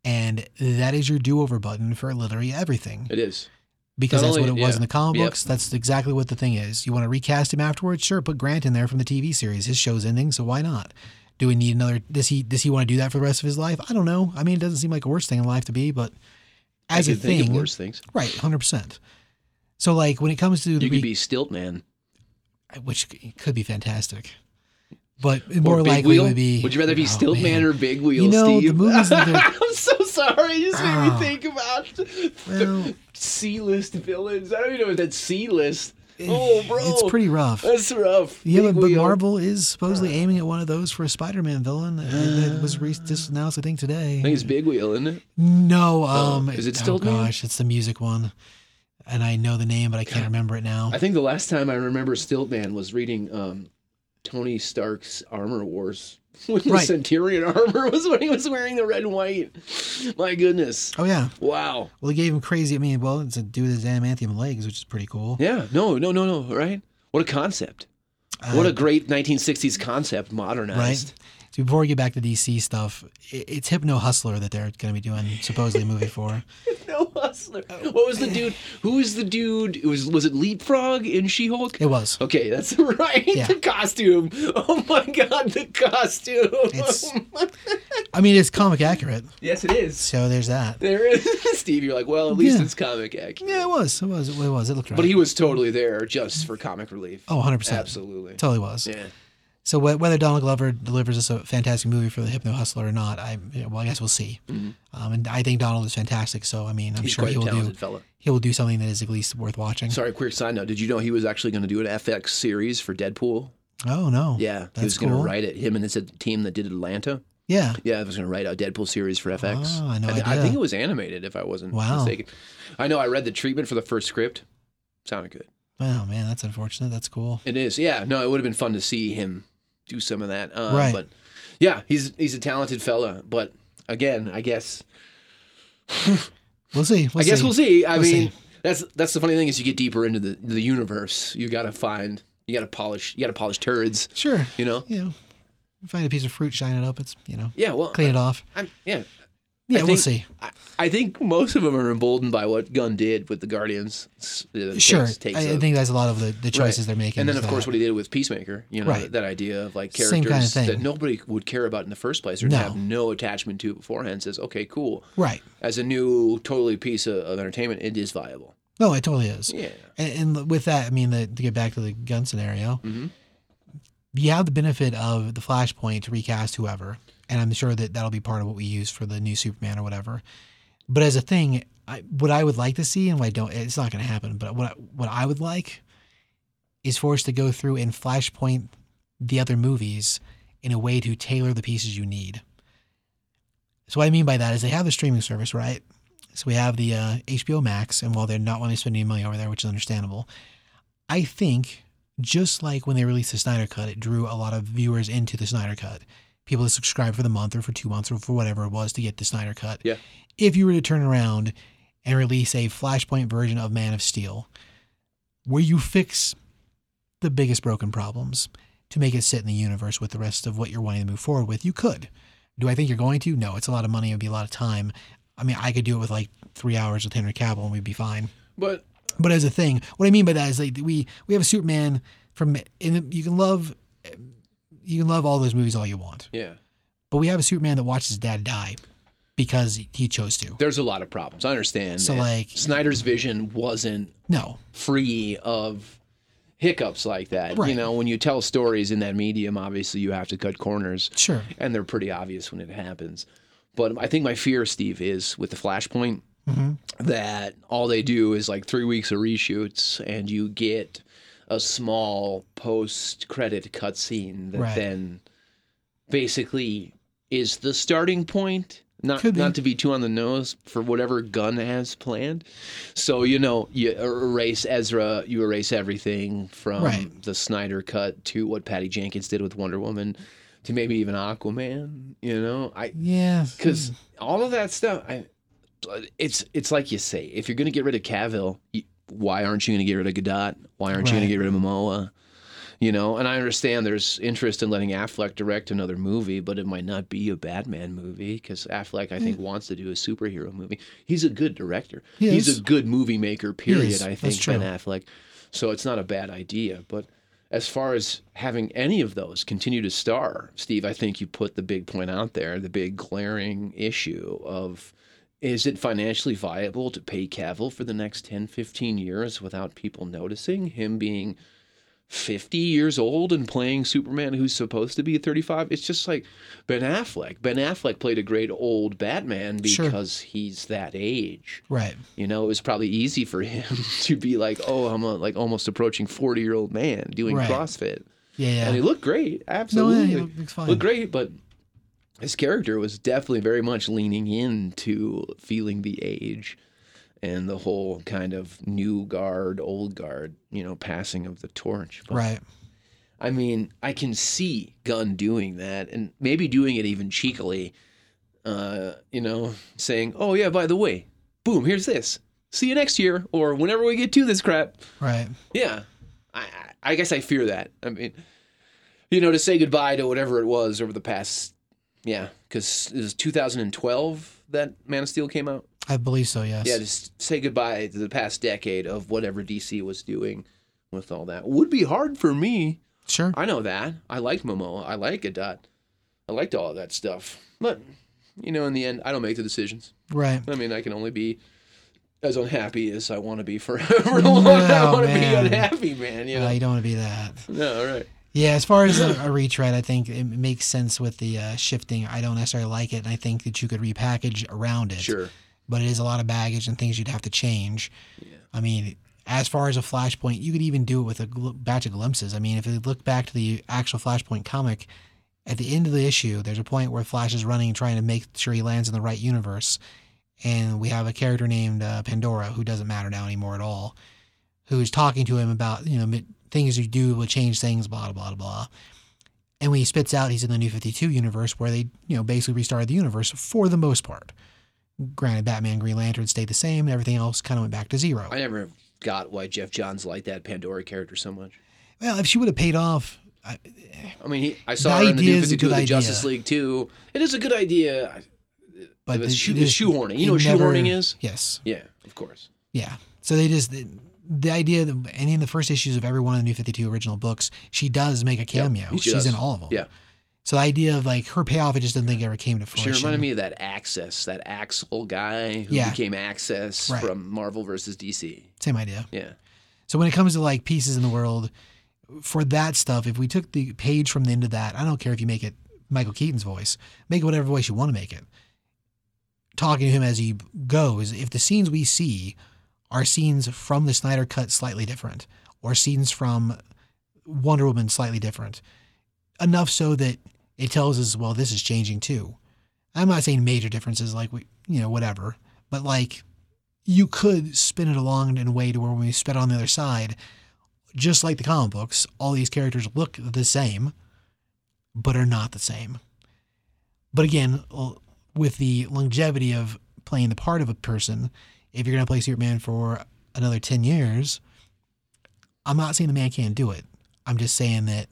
Speaker 4: And that is your do over button for literally everything
Speaker 10: it is.
Speaker 4: because
Speaker 10: Not
Speaker 4: that's
Speaker 10: only-
Speaker 4: what it was
Speaker 10: yeah.
Speaker 4: in the comic
Speaker 10: Yep.
Speaker 4: books. That's exactly what the thing is. You want to recast him afterwards? Sure, put Grant in there from the TV series. His show's ending, so why not? Do we need another? Does he does he want to do that for the rest of his life? I don't know. I mean, it doesn't seem like a worst thing in life to be, but as
Speaker 10: I
Speaker 4: a
Speaker 10: can think
Speaker 4: thing,
Speaker 10: of worse things.
Speaker 4: right, hundred percent. So like when it comes to the
Speaker 10: You could
Speaker 4: re-
Speaker 10: be stilt man
Speaker 4: which could be fantastic, but
Speaker 10: or
Speaker 4: more
Speaker 10: big
Speaker 4: likely
Speaker 10: wheel.
Speaker 4: would be.
Speaker 10: you rather be
Speaker 4: oh,
Speaker 10: stilt man. or big wheel,
Speaker 4: You know, the
Speaker 10: Steve?
Speaker 4: movies that they're-
Speaker 10: I'm so sorry. You just made
Speaker 4: Ah.
Speaker 10: me think about the
Speaker 4: Well-
Speaker 10: C-list villains. I don't even know if that's C-list. Oh, bro,
Speaker 4: Eh, It's pretty rough.
Speaker 10: That's rough.
Speaker 4: Yeah, but,
Speaker 10: Big
Speaker 4: but
Speaker 10: wheel.
Speaker 4: Marvel is supposedly
Speaker 10: Ah.
Speaker 4: aiming at one of those for a Spider-Man villain uh, that was re- just announced, I think, today.
Speaker 10: I think it's Big Wheel, isn't it?
Speaker 4: No, um,
Speaker 10: is it
Speaker 4: oh
Speaker 10: still new?
Speaker 4: gosh, it's the music one. and I know the name, but I can't remember it now.
Speaker 10: I think the last time I remember Stiltman was reading um, Tony Stark's Armor Wars. When the
Speaker 4: Right.
Speaker 10: Centurion armor was when he was wearing the red and white. My goodness.
Speaker 4: Oh yeah.
Speaker 10: Wow.
Speaker 4: Well, he gave him crazy. I mean, well, it's a dude with his adamantium legs, which is pretty cool.
Speaker 10: Yeah. No, no, no, no. Right? What a concept. What
Speaker 4: Uh,
Speaker 10: a great 1960s concept modernized.
Speaker 4: right? So before we get back to DC stuff, i- it's Hypno Hustler that they're going to be doing supposedly a movie for.
Speaker 10: No hustler. What was the dude? Who was the dude? It was was it Leapfrog in She-Hulk?
Speaker 4: It was.
Speaker 10: Okay, that's right.
Speaker 4: Yeah.
Speaker 10: The costume. Oh my god, the costume. Oh
Speaker 4: It's. I mean, it's comic accurate,
Speaker 10: yes, it is.
Speaker 4: so there's that.
Speaker 10: There is Steve. You're like, well, at least
Speaker 4: Yeah.
Speaker 10: it's comic accurate.
Speaker 4: Yeah, it was. It was. It was. It looked right.
Speaker 10: But he was totally there just for comic relief.
Speaker 4: oh, 100 percent.
Speaker 10: absolutely.
Speaker 4: Totally was.
Speaker 10: Yeah.
Speaker 4: So wh- whether Donald Glover delivers us a fantastic movie for the Hypno Hustler or not, I you know, well, I guess we'll see. Um, and I think Donald is fantastic, so I mean, I'm
Speaker 10: Mm-hmm. He's
Speaker 4: sure
Speaker 10: quite
Speaker 4: he
Speaker 10: a
Speaker 4: will
Speaker 10: talented
Speaker 4: do.
Speaker 10: fella.
Speaker 4: He will do something that is at least worth watching.
Speaker 10: Sorry, quick side note. Did you know he was actually going to do an FX series for Deadpool?
Speaker 4: Oh no.
Speaker 10: Yeah,
Speaker 4: that's
Speaker 10: he was
Speaker 4: cool.
Speaker 10: going to write it. Him and it's a team that did Atlanta.
Speaker 4: Yeah.
Speaker 10: Yeah, I was going to write a Deadpool series for FX.
Speaker 4: Ah, no
Speaker 10: I, thi- I
Speaker 4: idea.
Speaker 10: think it was animated, if I wasn't
Speaker 4: Wow.
Speaker 10: mistaken. I know. I read the treatment for the first script. Sounded good.
Speaker 4: Wow, man, that's unfortunate. That's cool.
Speaker 10: It is. Yeah. No, it would have been fun to see him do some of that. Uh,
Speaker 4: Right.
Speaker 10: But yeah, he's he's a talented fella. But again, I guess
Speaker 4: We'll see. We'll
Speaker 10: I guess
Speaker 4: see.
Speaker 10: we'll see. I
Speaker 4: We'll
Speaker 10: mean,
Speaker 4: see.
Speaker 10: that's that's the funny thing is you get deeper into the the universe, you got to find, you got to polish, you got to polish turds.
Speaker 4: Sure.
Speaker 10: You know.
Speaker 4: You know, you find a piece of fruit, shine it up. It's you know,
Speaker 10: Yeah. Well.
Speaker 4: clean it off.
Speaker 10: I'm, yeah.
Speaker 4: Yeah,
Speaker 10: I
Speaker 4: we'll
Speaker 10: think-
Speaker 4: see.
Speaker 10: I, I think most of them are emboldened by what Gunn did with the Guardians. S- uh,
Speaker 4: Sure.
Speaker 10: takes- takes
Speaker 4: I, I
Speaker 10: of-
Speaker 4: think that's a lot of the, the
Speaker 10: Right.
Speaker 4: choices they're making.
Speaker 10: And then,
Speaker 4: is
Speaker 10: of course,
Speaker 4: that.
Speaker 10: what he did with Peacemaker, you know,
Speaker 4: Right.
Speaker 10: that idea of like
Speaker 4: Same kinda
Speaker 10: characters that
Speaker 4: thing.
Speaker 10: nobody would care about in the first place or
Speaker 4: No.
Speaker 10: have no attachment to beforehand says, okay, cool.
Speaker 4: Right.
Speaker 10: As a new, totally piece of, of entertainment, it is viable.
Speaker 4: No, it totally is.
Speaker 10: Yeah.
Speaker 4: And, and with that, I mean, the, to get back to the gun scenario, you have the benefit of the flashpoint to recast whoever, and I'm sure that that'll be part of what we use for the new Superman or whatever. But as a thing, I, what I would like to see, and what I don't, it's not going to happen. But what I, what I would like is for us to go through and flashpoint the other movies in a way to tailor the pieces you need. So what I mean by that is they have the streaming service, right? So we have the uh, HBO Max, and while they're not wanting to spend any money over there, which is understandable, I think just like when they released the Snyder Cut, it drew a lot of viewers into the Snyder Cut. People that subscribed for the month or for two months or for whatever it was to get the Snyder Cut.
Speaker 10: Yeah.
Speaker 4: If you were to turn around and release a Flashpoint version of Man of Steel, where you fix the biggest broken problems to make it sit in the universe with the rest of what you're wanting to move forward with, you could. Do I think you're going to? No, it's a lot of money. It would be a lot of time. I mean, I could do it with like three hours with Henry Cavill and we'd be fine.
Speaker 10: But
Speaker 4: But as a thing, what I mean by that is like we we have a Superman from and you can love you can love all those movies all you want,
Speaker 10: yeah,
Speaker 4: but we have a Superman that watched his dad die because he chose to.
Speaker 10: there's a lot of problems. I understand.
Speaker 4: So,
Speaker 10: that
Speaker 4: like-
Speaker 10: Snyder's vision wasn't
Speaker 4: No,
Speaker 10: free of hiccups like that. You
Speaker 4: Right.
Speaker 10: know, when you tell stories in that medium, obviously you have to cut corners.
Speaker 4: sure,
Speaker 10: and they're pretty obvious when it happens. But I think my fear, Steve, is with the Flashpoint
Speaker 4: Mm-hmm.
Speaker 10: that all they do is like three weeks of reshoots, and you get a small post-credit cutscene that
Speaker 4: Right.
Speaker 10: then basically is the starting point. Not
Speaker 4: Could be.
Speaker 10: not to be too on the nose for whatever Gunn has planned. So you know, you erase Ezra, you erase everything from
Speaker 4: Right.
Speaker 10: the Snyder cut to what Patty Jenkins did with Wonder Woman to maybe even Aquaman. You know, I
Speaker 4: yeah,
Speaker 10: because all of that stuff, I but it's it's like you say, if you're gonna get rid of Cavill, you- why aren't you gonna get rid of Godot? Why aren't you gonna
Speaker 4: Right.
Speaker 10: get rid of Momoa? You know, and I understand there's interest in letting Affleck direct another movie, but it might not be a Batman movie because Affleck, I think, wants to do a superhero movie. He's a good director.
Speaker 4: Mm. He
Speaker 10: He's
Speaker 4: is.
Speaker 10: a good movie maker. Period.
Speaker 4: is.
Speaker 10: I
Speaker 4: That's
Speaker 10: think Ben
Speaker 4: true.
Speaker 10: Affleck. So it's not a bad idea, but as far as having any of those continue to star, Steve, I think you put the big point out there, the big glaring issue of is it financially viable to pay Cavill for the next 10, 15 years without people noticing him being 50 years old and playing Superman who's supposed to be 35? It's just like Ben Affleck. Ben Affleck played a great old Batman
Speaker 4: Sure.
Speaker 10: because he's that age.
Speaker 4: right,
Speaker 10: You know, it was probably easy for him to be like, "Oh, I'm a, like almost approaching 40 year old man doing
Speaker 4: Right.
Speaker 10: CrossFit,"
Speaker 4: yeah, yeah.
Speaker 10: and he looked great.
Speaker 4: no, yeah,
Speaker 10: Absolutely,
Speaker 4: he looks fine.
Speaker 10: looked great, but his character was definitely very much leaning into feeling the age and the whole kind of new guard, old guard, you know, passing of the torch. But,
Speaker 4: Right.
Speaker 10: I mean, I can see Gunn doing that and maybe doing it even cheekily, uh, you know, saying, oh, yeah, by the way, boom, here's this. See you next year or whenever we get to this crap.
Speaker 4: Right.
Speaker 10: Yeah. I, I I guess I fear that. I mean, you know, to say goodbye to whatever it was over the past, yeah, because it was 2012 that Man of Steel came out.
Speaker 4: I believe so, yes.
Speaker 10: Yeah, just say goodbye to the past decade of whatever DC was doing with all that. Would be hard for me.
Speaker 4: sure.
Speaker 10: I know that. I liked Momoa. I like Gadot. I liked all of that stuff. But, you know, in the end, I don't make the decisions.
Speaker 4: right.
Speaker 10: I mean, I can only be as unhappy as I want to be forever. I want to be
Speaker 4: man.
Speaker 10: unhappy, man. You know?
Speaker 4: Uh, you don't want to be that.
Speaker 10: No, right.
Speaker 4: Yeah, as far as a, a retread, I think it makes sense with the uh, shifting. I don't necessarily like it, and I think that you could repackage around it.
Speaker 10: Sure.
Speaker 4: But it is a lot of baggage and things you'd have to change. I mean, as far as a Flashpoint, you could even do it with a gl- batch of glimpses. I mean, if you look back to the actual Flashpoint comic, at the end of the issue, there's a point where Flash is running, trying to make sure he lands in the right universe. And we have a character named uh, Pandora, who doesn't matter now anymore at all, who is talking to him about, you know, mi- things you do will change things, blah, blah, blah, blah. And when he spits out, he's in the New 52 universe where they, you know, basically restarted the universe for the most part. Granted, Batman, Green Lantern stayed the same. Everything else kind of went back to zero.
Speaker 10: I never got why Jeff Johns liked that Pandora character so much.
Speaker 4: well, if she would have paid off, I,
Speaker 10: I mean, he, I saw
Speaker 4: The
Speaker 10: her in the
Speaker 4: idea
Speaker 10: New
Speaker 4: is
Speaker 10: 52
Speaker 4: a
Speaker 10: of
Speaker 4: good
Speaker 10: the
Speaker 4: idea.
Speaker 10: Justice League, too. It is a good idea. I-
Speaker 4: but
Speaker 10: It was
Speaker 4: the-
Speaker 10: shoe-
Speaker 4: it
Speaker 10: it's
Speaker 4: just-
Speaker 10: shoehorning. You know
Speaker 4: it
Speaker 10: what shoehorning is?
Speaker 4: Yes.
Speaker 10: Yeah, of course.
Speaker 4: Yeah. So they just the, the idea that any of the first issues of every one of the New Fifty Two original books, she does make a cameo.
Speaker 10: He
Speaker 4: She's
Speaker 10: does.
Speaker 4: in all of them.
Speaker 10: Yeah.
Speaker 4: So the idea of like her payoff, I just didn't think ever came to
Speaker 10: She
Speaker 4: fruition.
Speaker 10: reminded me of that Access, that Axel guy who
Speaker 4: Yeah.
Speaker 10: became Access
Speaker 4: Right.
Speaker 10: from Marvel versus DC.
Speaker 4: Same idea.
Speaker 10: Yeah.
Speaker 4: So when it comes to like pieces in the world, for that stuff, if we took the page from the end of that, I don't care if you make it Michael Keaton's voice, make it whatever voice you want to make it. Talking to him as he goes, if the scenes we see are scenes from the Snyder Cut slightly different, or scenes from Wonder Woman slightly different, enough so that it tells us, well, this is changing too. I'm not saying major differences, like we, you know, whatever, but like you could spin it along in a way to where when we spit on the other side, just like the comic books, all these characters look the same, but are not the same. But again, l- with the longevity of playing the part of a person, if you're going to play Superman for another 10 years, I'm not saying the man can't do it. I'm just saying that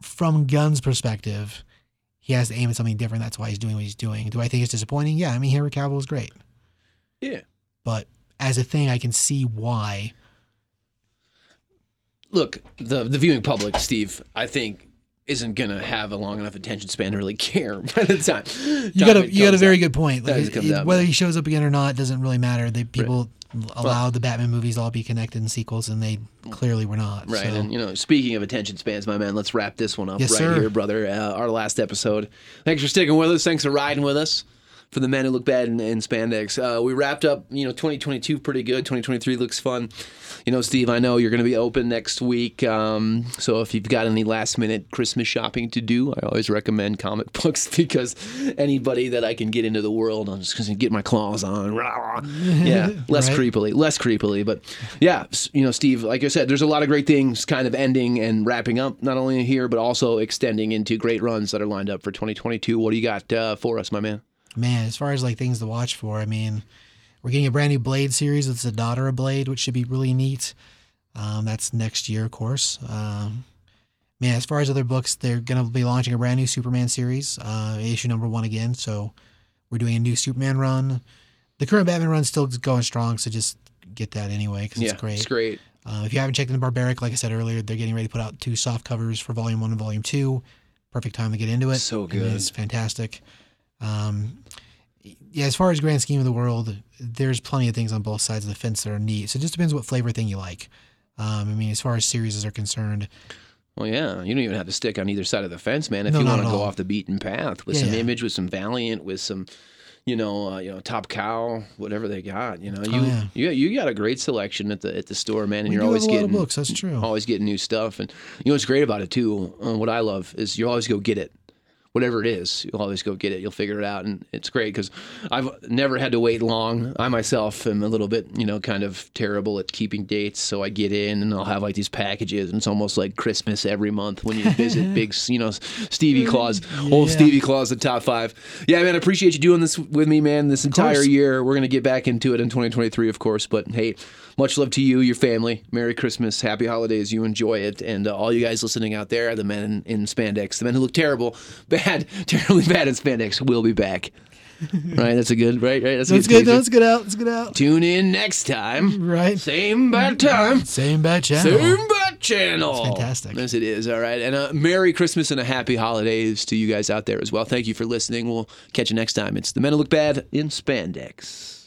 Speaker 4: from Gunn's perspective, he has to aim at something different. That's why he's doing what he's doing. Do I think it's disappointing? Yeah, I mean, Henry Cavill is great
Speaker 10: Yeah.
Speaker 4: but as a thing, I can see why.
Speaker 10: Look, the the viewing public, Steve, I think isn't gonna have a long enough attention span to really care by the time.
Speaker 4: You got a you got a very good point. Like,
Speaker 10: Time it
Speaker 4: it-
Speaker 10: comes
Speaker 4: it-
Speaker 10: out,
Speaker 4: whether
Speaker 10: man.
Speaker 4: he shows up again or not doesn't really matter. They people allow the Batman movies all be connected in sequels, and they clearly were not.
Speaker 10: Mm. Right,
Speaker 4: so-
Speaker 10: and you know, speaking of attention spans, my man, let's wrap this one up
Speaker 4: Yes,
Speaker 10: right
Speaker 4: sir.
Speaker 10: here, brother. Uh, our last episode. Thanks for sticking with us. Thanks for riding with us. For the men who look bad in, in spandex, uh, we wrapped up. You know, 2022 pretty good. 2023 looks fun. You know, Steve, I know you're going to be open next week. Um, so if you've got any last minute Christmas shopping to do, I always recommend comic books because anybody that I can get into the world, I'm just going to get my claws on. yeah, less
Speaker 4: Right.
Speaker 10: creepily, less creepily. But yeah, s- you know, Steve, like I said, there's a lot of great things kind of ending and wrapping up, not only here, but also extending into great runs that are lined up for 2022. What do you got uh, for us, my man?
Speaker 4: man, as far as like things to watch for, I mean, we're getting a brand new Blade series. It's the daughter of Blade, which should be really neat. Um, that's next year, of course. Um, man, as far as other books, they're gonna be launching a brand new Superman series, uh, issue number one again. So we're doing a new Superman run. The current Batman run's still going strong, so just get that anyway because
Speaker 10: yeah,
Speaker 4: it's great.
Speaker 10: it's great.
Speaker 4: Uh, if you haven't checked in the Barbaric, like I said earlier, they're getting ready to put out two soft covers for Volume One and Volume Two. Perfect time to get into it.
Speaker 10: So
Speaker 4: I mean,
Speaker 10: good.
Speaker 4: it's fantastic. Um, yeah, as far as grand scheme of the world, there's plenty of things on both sides of the fence that are neat. So it just depends what flavor thing you like. Um, I mean, as far as series are concerned,
Speaker 10: Well, yeah, you don't even have to stick on either side of the fence, man. If
Speaker 4: No,
Speaker 10: you
Speaker 4: not
Speaker 10: want to
Speaker 4: at
Speaker 10: go
Speaker 4: all.
Speaker 10: off the beaten path with
Speaker 4: Yeah,
Speaker 10: some
Speaker 4: yeah.
Speaker 10: image, with some valiant, with some, you know, uh, you know, top cow, whatever they got, you know, you
Speaker 4: Oh,
Speaker 10: you
Speaker 4: yeah.
Speaker 10: you got a great selection at the at the store, man, and
Speaker 4: we
Speaker 10: you're
Speaker 4: do
Speaker 10: always
Speaker 4: have a lot
Speaker 10: getting
Speaker 4: of books. That's true.
Speaker 10: always getting new stuff. And you know what's great about it too? Uh, what I love is you always go get it. whatever it is, you'll always go get it. You'll figure it out, and it's great because I've never had to wait long. I myself am a little bit, you know, kind of terrible at keeping dates, so I get in and I'll have like these packages, and it's almost like Christmas every month when you visit big, you know, Stevie Claus, old Stevie Claus, the top five. Yeah, man, I appreciate you doing this with me, man. This entire year, we're gonna get back into it in 2023, of course. But hey, much love to you, your family. Merry Christmas, happy holidays. You enjoy it, and uh, all you guys listening out there, the men in, in spandex, the men who look terrible, bad, terribly bad in spandex, will be back. right, that's a good, right, right. That's a
Speaker 4: Let's get,
Speaker 10: teaser.
Speaker 4: let's get out. Let's get out.
Speaker 10: Tune in next time.
Speaker 4: Right.
Speaker 10: Same bad time.
Speaker 4: Same bad channel.
Speaker 10: Same bad channel.
Speaker 4: That's fantastic.
Speaker 10: Yes, it is. All right. And uh, Merry Christmas and a happy holidays to you guys out there as well. Thank you for listening. We'll catch you next time. It's The Men Who Look Bad in Spandex.